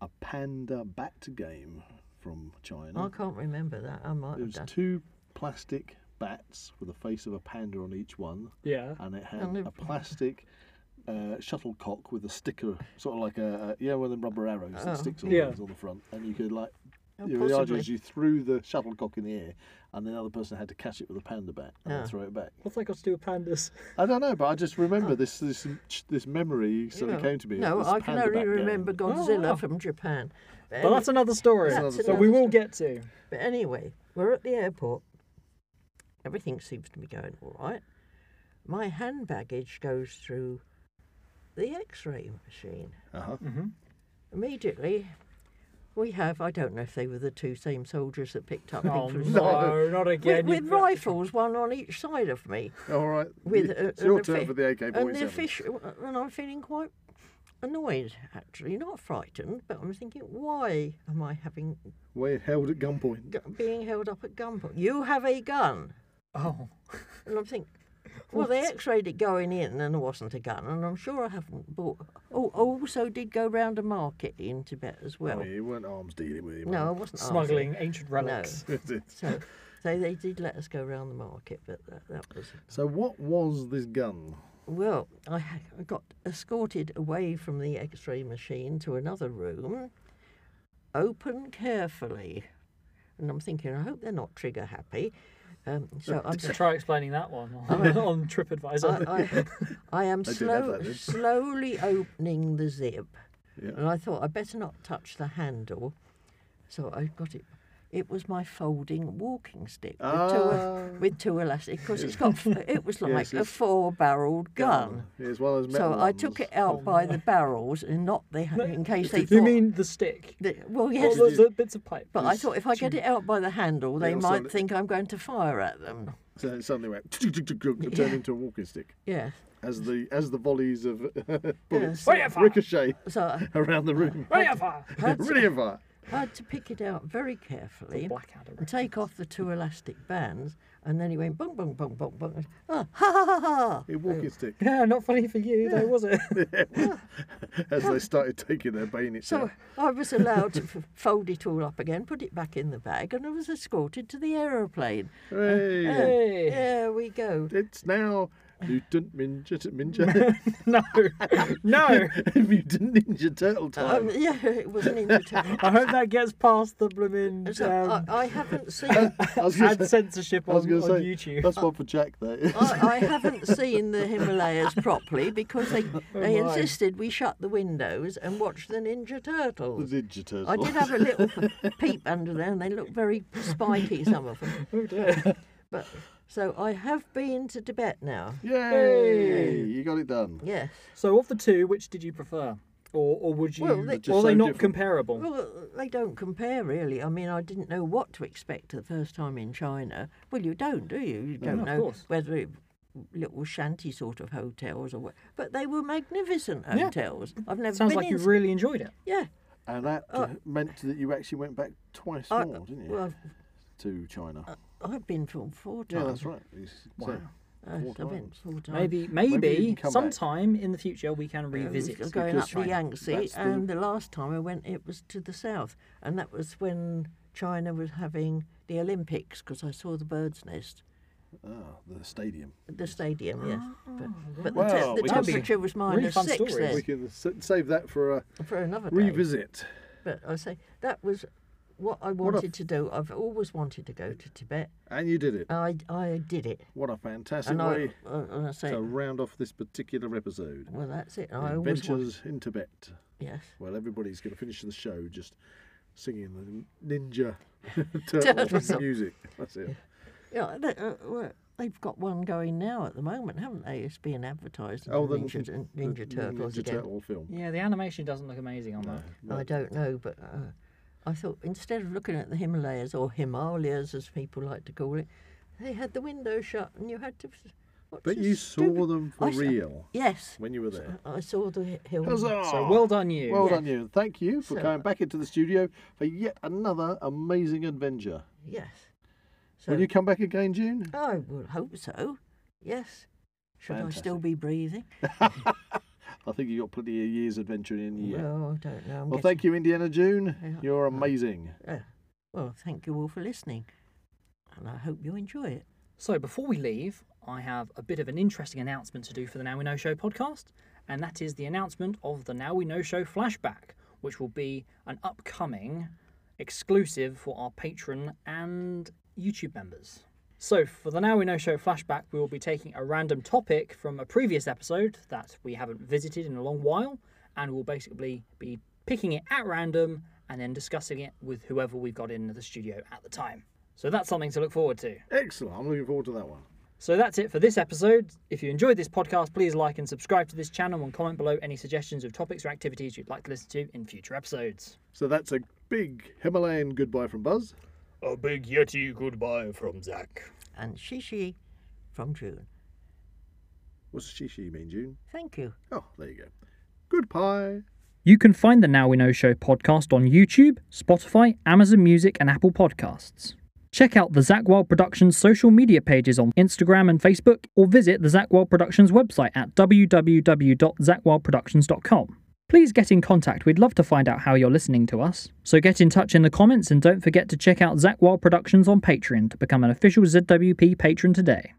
S2: a panda bat game from China.
S3: I can't remember that. I might
S2: It
S3: have
S2: was
S3: done.
S2: two plastic bats with the face of a panda on each one,
S1: Yeah.
S2: and it had
S3: And they-
S2: a plastic uh, shuttlecock with a sticker, sort of like a, a yeah, one of them rubber arrows
S3: Oh.
S2: that sticks on,
S1: Yeah.
S2: things on the front, and you could like.
S3: Oh,
S2: you know, the idea
S3: possibly.
S2: is you threw the shuttlecock in the air, and the other person had to catch it with a panda bat and then
S3: Yeah.
S2: throw it back.
S1: What's that got to do with pandas?
S2: I don't know, but I just remember this this this memory sort of
S3: Yeah.
S2: came to me. of
S3: No,
S2: this
S3: I can
S2: panda
S3: only
S2: bat game.
S3: remember Godzilla
S1: Oh, wow.
S3: from Japan. But
S1: Well, that's another story
S3: That's
S1: that
S3: another
S1: we will get to.
S3: But anyway, we're at the airport. Everything seems to be going all right. My hand baggage goes through the x ray machine.
S2: Uh-huh.
S3: Mm-hmm. Immediately, we have, I don't know if they were the two same soldiers that picked up
S1: Oh,
S3: me from the side.
S1: no, not
S3: With,
S1: again.
S3: with
S1: you-
S3: rifles, one on each side of me.
S2: All right.
S3: With a-
S2: it's your
S3: an
S2: turn
S3: offi-
S2: for the AK
S3: And the
S2: forty-seven.
S3: official, and I'm feeling quite annoyed, actually. Not frightened, but I'm thinking, why am I having
S2: We're held at gunpoint.
S3: gu- being held up at gunpoint? You have a gun.
S1: Oh.
S3: And I'm thinking, well, they x-rayed it going in and there wasn't a gun, and I'm sure I haven't bought... Oh, I also did go round a market in Tibet as well.
S2: I mean, you weren't arms dealing with him.
S3: no, I wasn't arsed.
S1: Smuggling ancient relics.
S3: So, so they did let us go round the market, but that, that was...
S2: so what was this gun?
S3: Well, I ha- I got escorted away from the x-ray machine to another room, open carefully. And I'm thinking, I hope they're not trigger happy. Um, so I'm
S1: So try explaining that one on, on TripAdvisor.
S3: I, I, I am
S2: They did have
S3: slow,
S2: that then.
S3: slowly opening the zip,
S2: Yeah.
S3: and I thought I'd better not touch the handle, so I got it. It was my folding walking stick with,
S2: Ah.
S3: two, e-, with two elastic, because it's got. It was like a
S2: it's-
S3: four-barreled gun.
S2: It's one of those metal
S3: So I took
S2: ones.
S3: it out by the barrels and not the in case they
S1: you
S3: thought.
S1: mean the stick?
S3: that-
S2: Oh,
S3: well,
S1: All
S3: yes.
S1: those little bits of pipe.
S3: but I thought if I get it out by the handle, they
S2: Yeah, so
S3: might
S2: it-
S3: think I'm going to fire at them.
S2: So it suddenly went and turned into a walking stick
S3: Yes.
S2: as the as the volleys of bullets
S1: Fire, fire.
S2: ricochet
S3: So
S2: around the room.
S1: Ready, fire!
S3: That's-
S2: Really fire.
S3: I had to pick it out very carefully
S1: Blackadder.
S3: and take off the two elastic bands, and then he went bong, bong, bong, bong, bong. Ah, ha, ha, ha, ha.
S2: A walking stick
S1: Yeah, not funny for you though, was it?
S2: as they started taking their bayonets
S3: So
S2: out.
S3: I was allowed to f- fold it all up again, put it back in the bag, and I was escorted to the aeroplane.
S2: Hooray.
S1: Hey.
S3: There we go.
S2: It's now Mutant Ninja Ninja
S1: No, no.
S2: Mutant Ninja Turtle
S3: Um,
S2: time.
S3: yeah, it was an invitation.
S1: I hope that gets past the blooming
S3: So
S1: um,
S3: I, I haven't seen
S2: I was gonna
S1: ad
S2: say-
S1: censorship
S2: I
S1: on,
S2: was
S1: on
S2: going to say
S1: YouTube.
S2: that's one for Jack there.
S3: I, I haven't seen the Himalayas properly because they, they
S1: my.
S3: insisted we shut the windows and watch the Ninja Turtles.
S2: The Ninja Turtle.
S3: I did have a little peep under there, and they look very spiky, some of them.
S1: Oh dear.
S3: But so I have been to Tibet now.
S2: Yay! You got it done.
S3: Yes.
S1: So, of the two, which did you prefer, or or would you?
S3: Well, they-
S2: Just
S1: or are they
S2: so
S1: not
S2: different.
S1: comparable?
S3: Well, they don't compare really. I mean, I didn't know what to expect the first time in China. Well, you don't, do you? You don't
S1: of
S3: know
S1: course.
S3: whether it, little shanty sort of hotels or what. But they were magnificent
S1: Yeah.
S3: hotels. I've never
S1: Sounds
S3: been
S1: like you
S3: in.
S1: really enjoyed it.
S3: yeah.
S2: And that uh, meant that you actually went back twice
S3: I-
S2: more, didn't you?
S3: uh, Well, uh, I've-
S2: to China.
S3: I've been from four
S2: yeah,
S3: times.
S2: that's right. It's- so-
S1: Wow.
S3: Uh,
S2: Four
S3: I've been
S2: times.
S3: four times.
S1: Maybe,
S2: Maybe you
S1: maybe
S2: can come back.
S1: sometime in the future we can
S3: Uh,
S1: revisit.
S3: I was going
S2: because
S3: up the
S2: China-
S3: Yangtze,
S2: that's the-
S3: and the last time I went, it was to the south, and that was when China was having the Olympics because I saw the bird's nest
S2: Ah, the stadium.
S3: at the
S2: Ah,
S3: stadium. Yes,
S2: oh,
S3: but, but the,
S2: Well,
S3: te-
S2: we
S3: the
S2: can-
S3: temperature was
S1: really
S3: minus
S1: fun
S3: six
S1: stories.
S2: We
S3: then
S2: can s- save that for a
S3: for another day.
S2: revisit.
S3: But I say that was what I
S2: a-
S3: wanted to do. I've always wanted to go to Tibet.
S2: And you did it.
S3: I I did it,
S2: What a fantastic
S3: Uh, and I,
S2: way
S3: uh, and I say,
S2: to round off this particular episode.
S3: well, that's it. I always wanted,
S2: Adventures in Tibet.
S3: yes.
S2: Well, everybody's going to finish the show just singing the Ninja Turtle
S3: Turtle song.
S2: music. That's it.
S3: Yeah, they, uh, well, they've got one going now at the moment, haven't they? It's being advertised as
S2: Oh, the
S3: Ninja,
S2: the
S3: Ninja Turtles
S2: Ninja
S3: again.
S2: Turtle film.
S1: Yeah, the animation doesn't look amazing on that.
S3: I don't know, but uh, I thought instead of looking at the Himalayas or Himalayas, as people like to call it, they had the window shut and you had to. s- watch
S2: But
S3: this
S2: you
S3: stupid-
S2: saw them for
S3: I saw-
S2: real
S3: Yes,
S2: when you were there.
S3: I saw the hi- hill.
S2: Huzzah!
S1: So well done you.
S2: Well
S3: Yeah.
S2: done, you. Thank you for
S3: So-
S2: coming back into the studio for yet another amazing adventure.
S3: Yes. So
S2: Will you come back again, June?
S3: I would hope so. Yes. Should I still
S2: Fantastic.
S3: be breathing?
S2: I think you got plenty of years adventuring in you. yet.
S3: Well, I don't know. I'm
S2: Well,
S3: getting-
S2: thank you, Indiana June.
S3: Yeah.
S2: You're amazing.
S3: Uh, well, thank you all for listening, and I hope you enjoy it.
S1: So before we leave, I have a bit of an interesting announcement to do for the Now We Know Show podcast, and that is the announcement of the Now We Know Show flashback, which will be an upcoming exclusive for our patron and YouTube members. So for the Now We Know Show flashback, we will be taking a random topic from a previous episode that we haven't visited in a long while, and we'll basically be picking it at random and then discussing it with whoever we've got in the studio at the time. So that's something to look forward to.
S2: Excellent. I'm looking forward to that one.
S1: So that's it for this episode. If you enjoyed this podcast, please like and subscribe to this channel and comment below any suggestions of topics or activities you'd like to listen to in future episodes.
S2: So that's a big Himalayan goodbye from Buzz.
S1: A big Yeti goodbye from Zach.
S3: And Shishi from June.
S2: What's shishi mean, June?
S3: Thank you.
S2: Oh, there you go. Goodbye.
S1: You can find the Now We Know Show podcast on YouTube, Spotify, Amazon Music, and Apple Podcasts. Check out the Zach Wild Productions social media pages on Instagram and Facebook, or visit the Zach Wild Productions website at www.zachwildproductions.com. Please get in contact. We'd love to find out how you're listening to us. So get in touch in the comments and don't forget to check out Zach Wild Productions on Patreon to become an official ZWP patron today.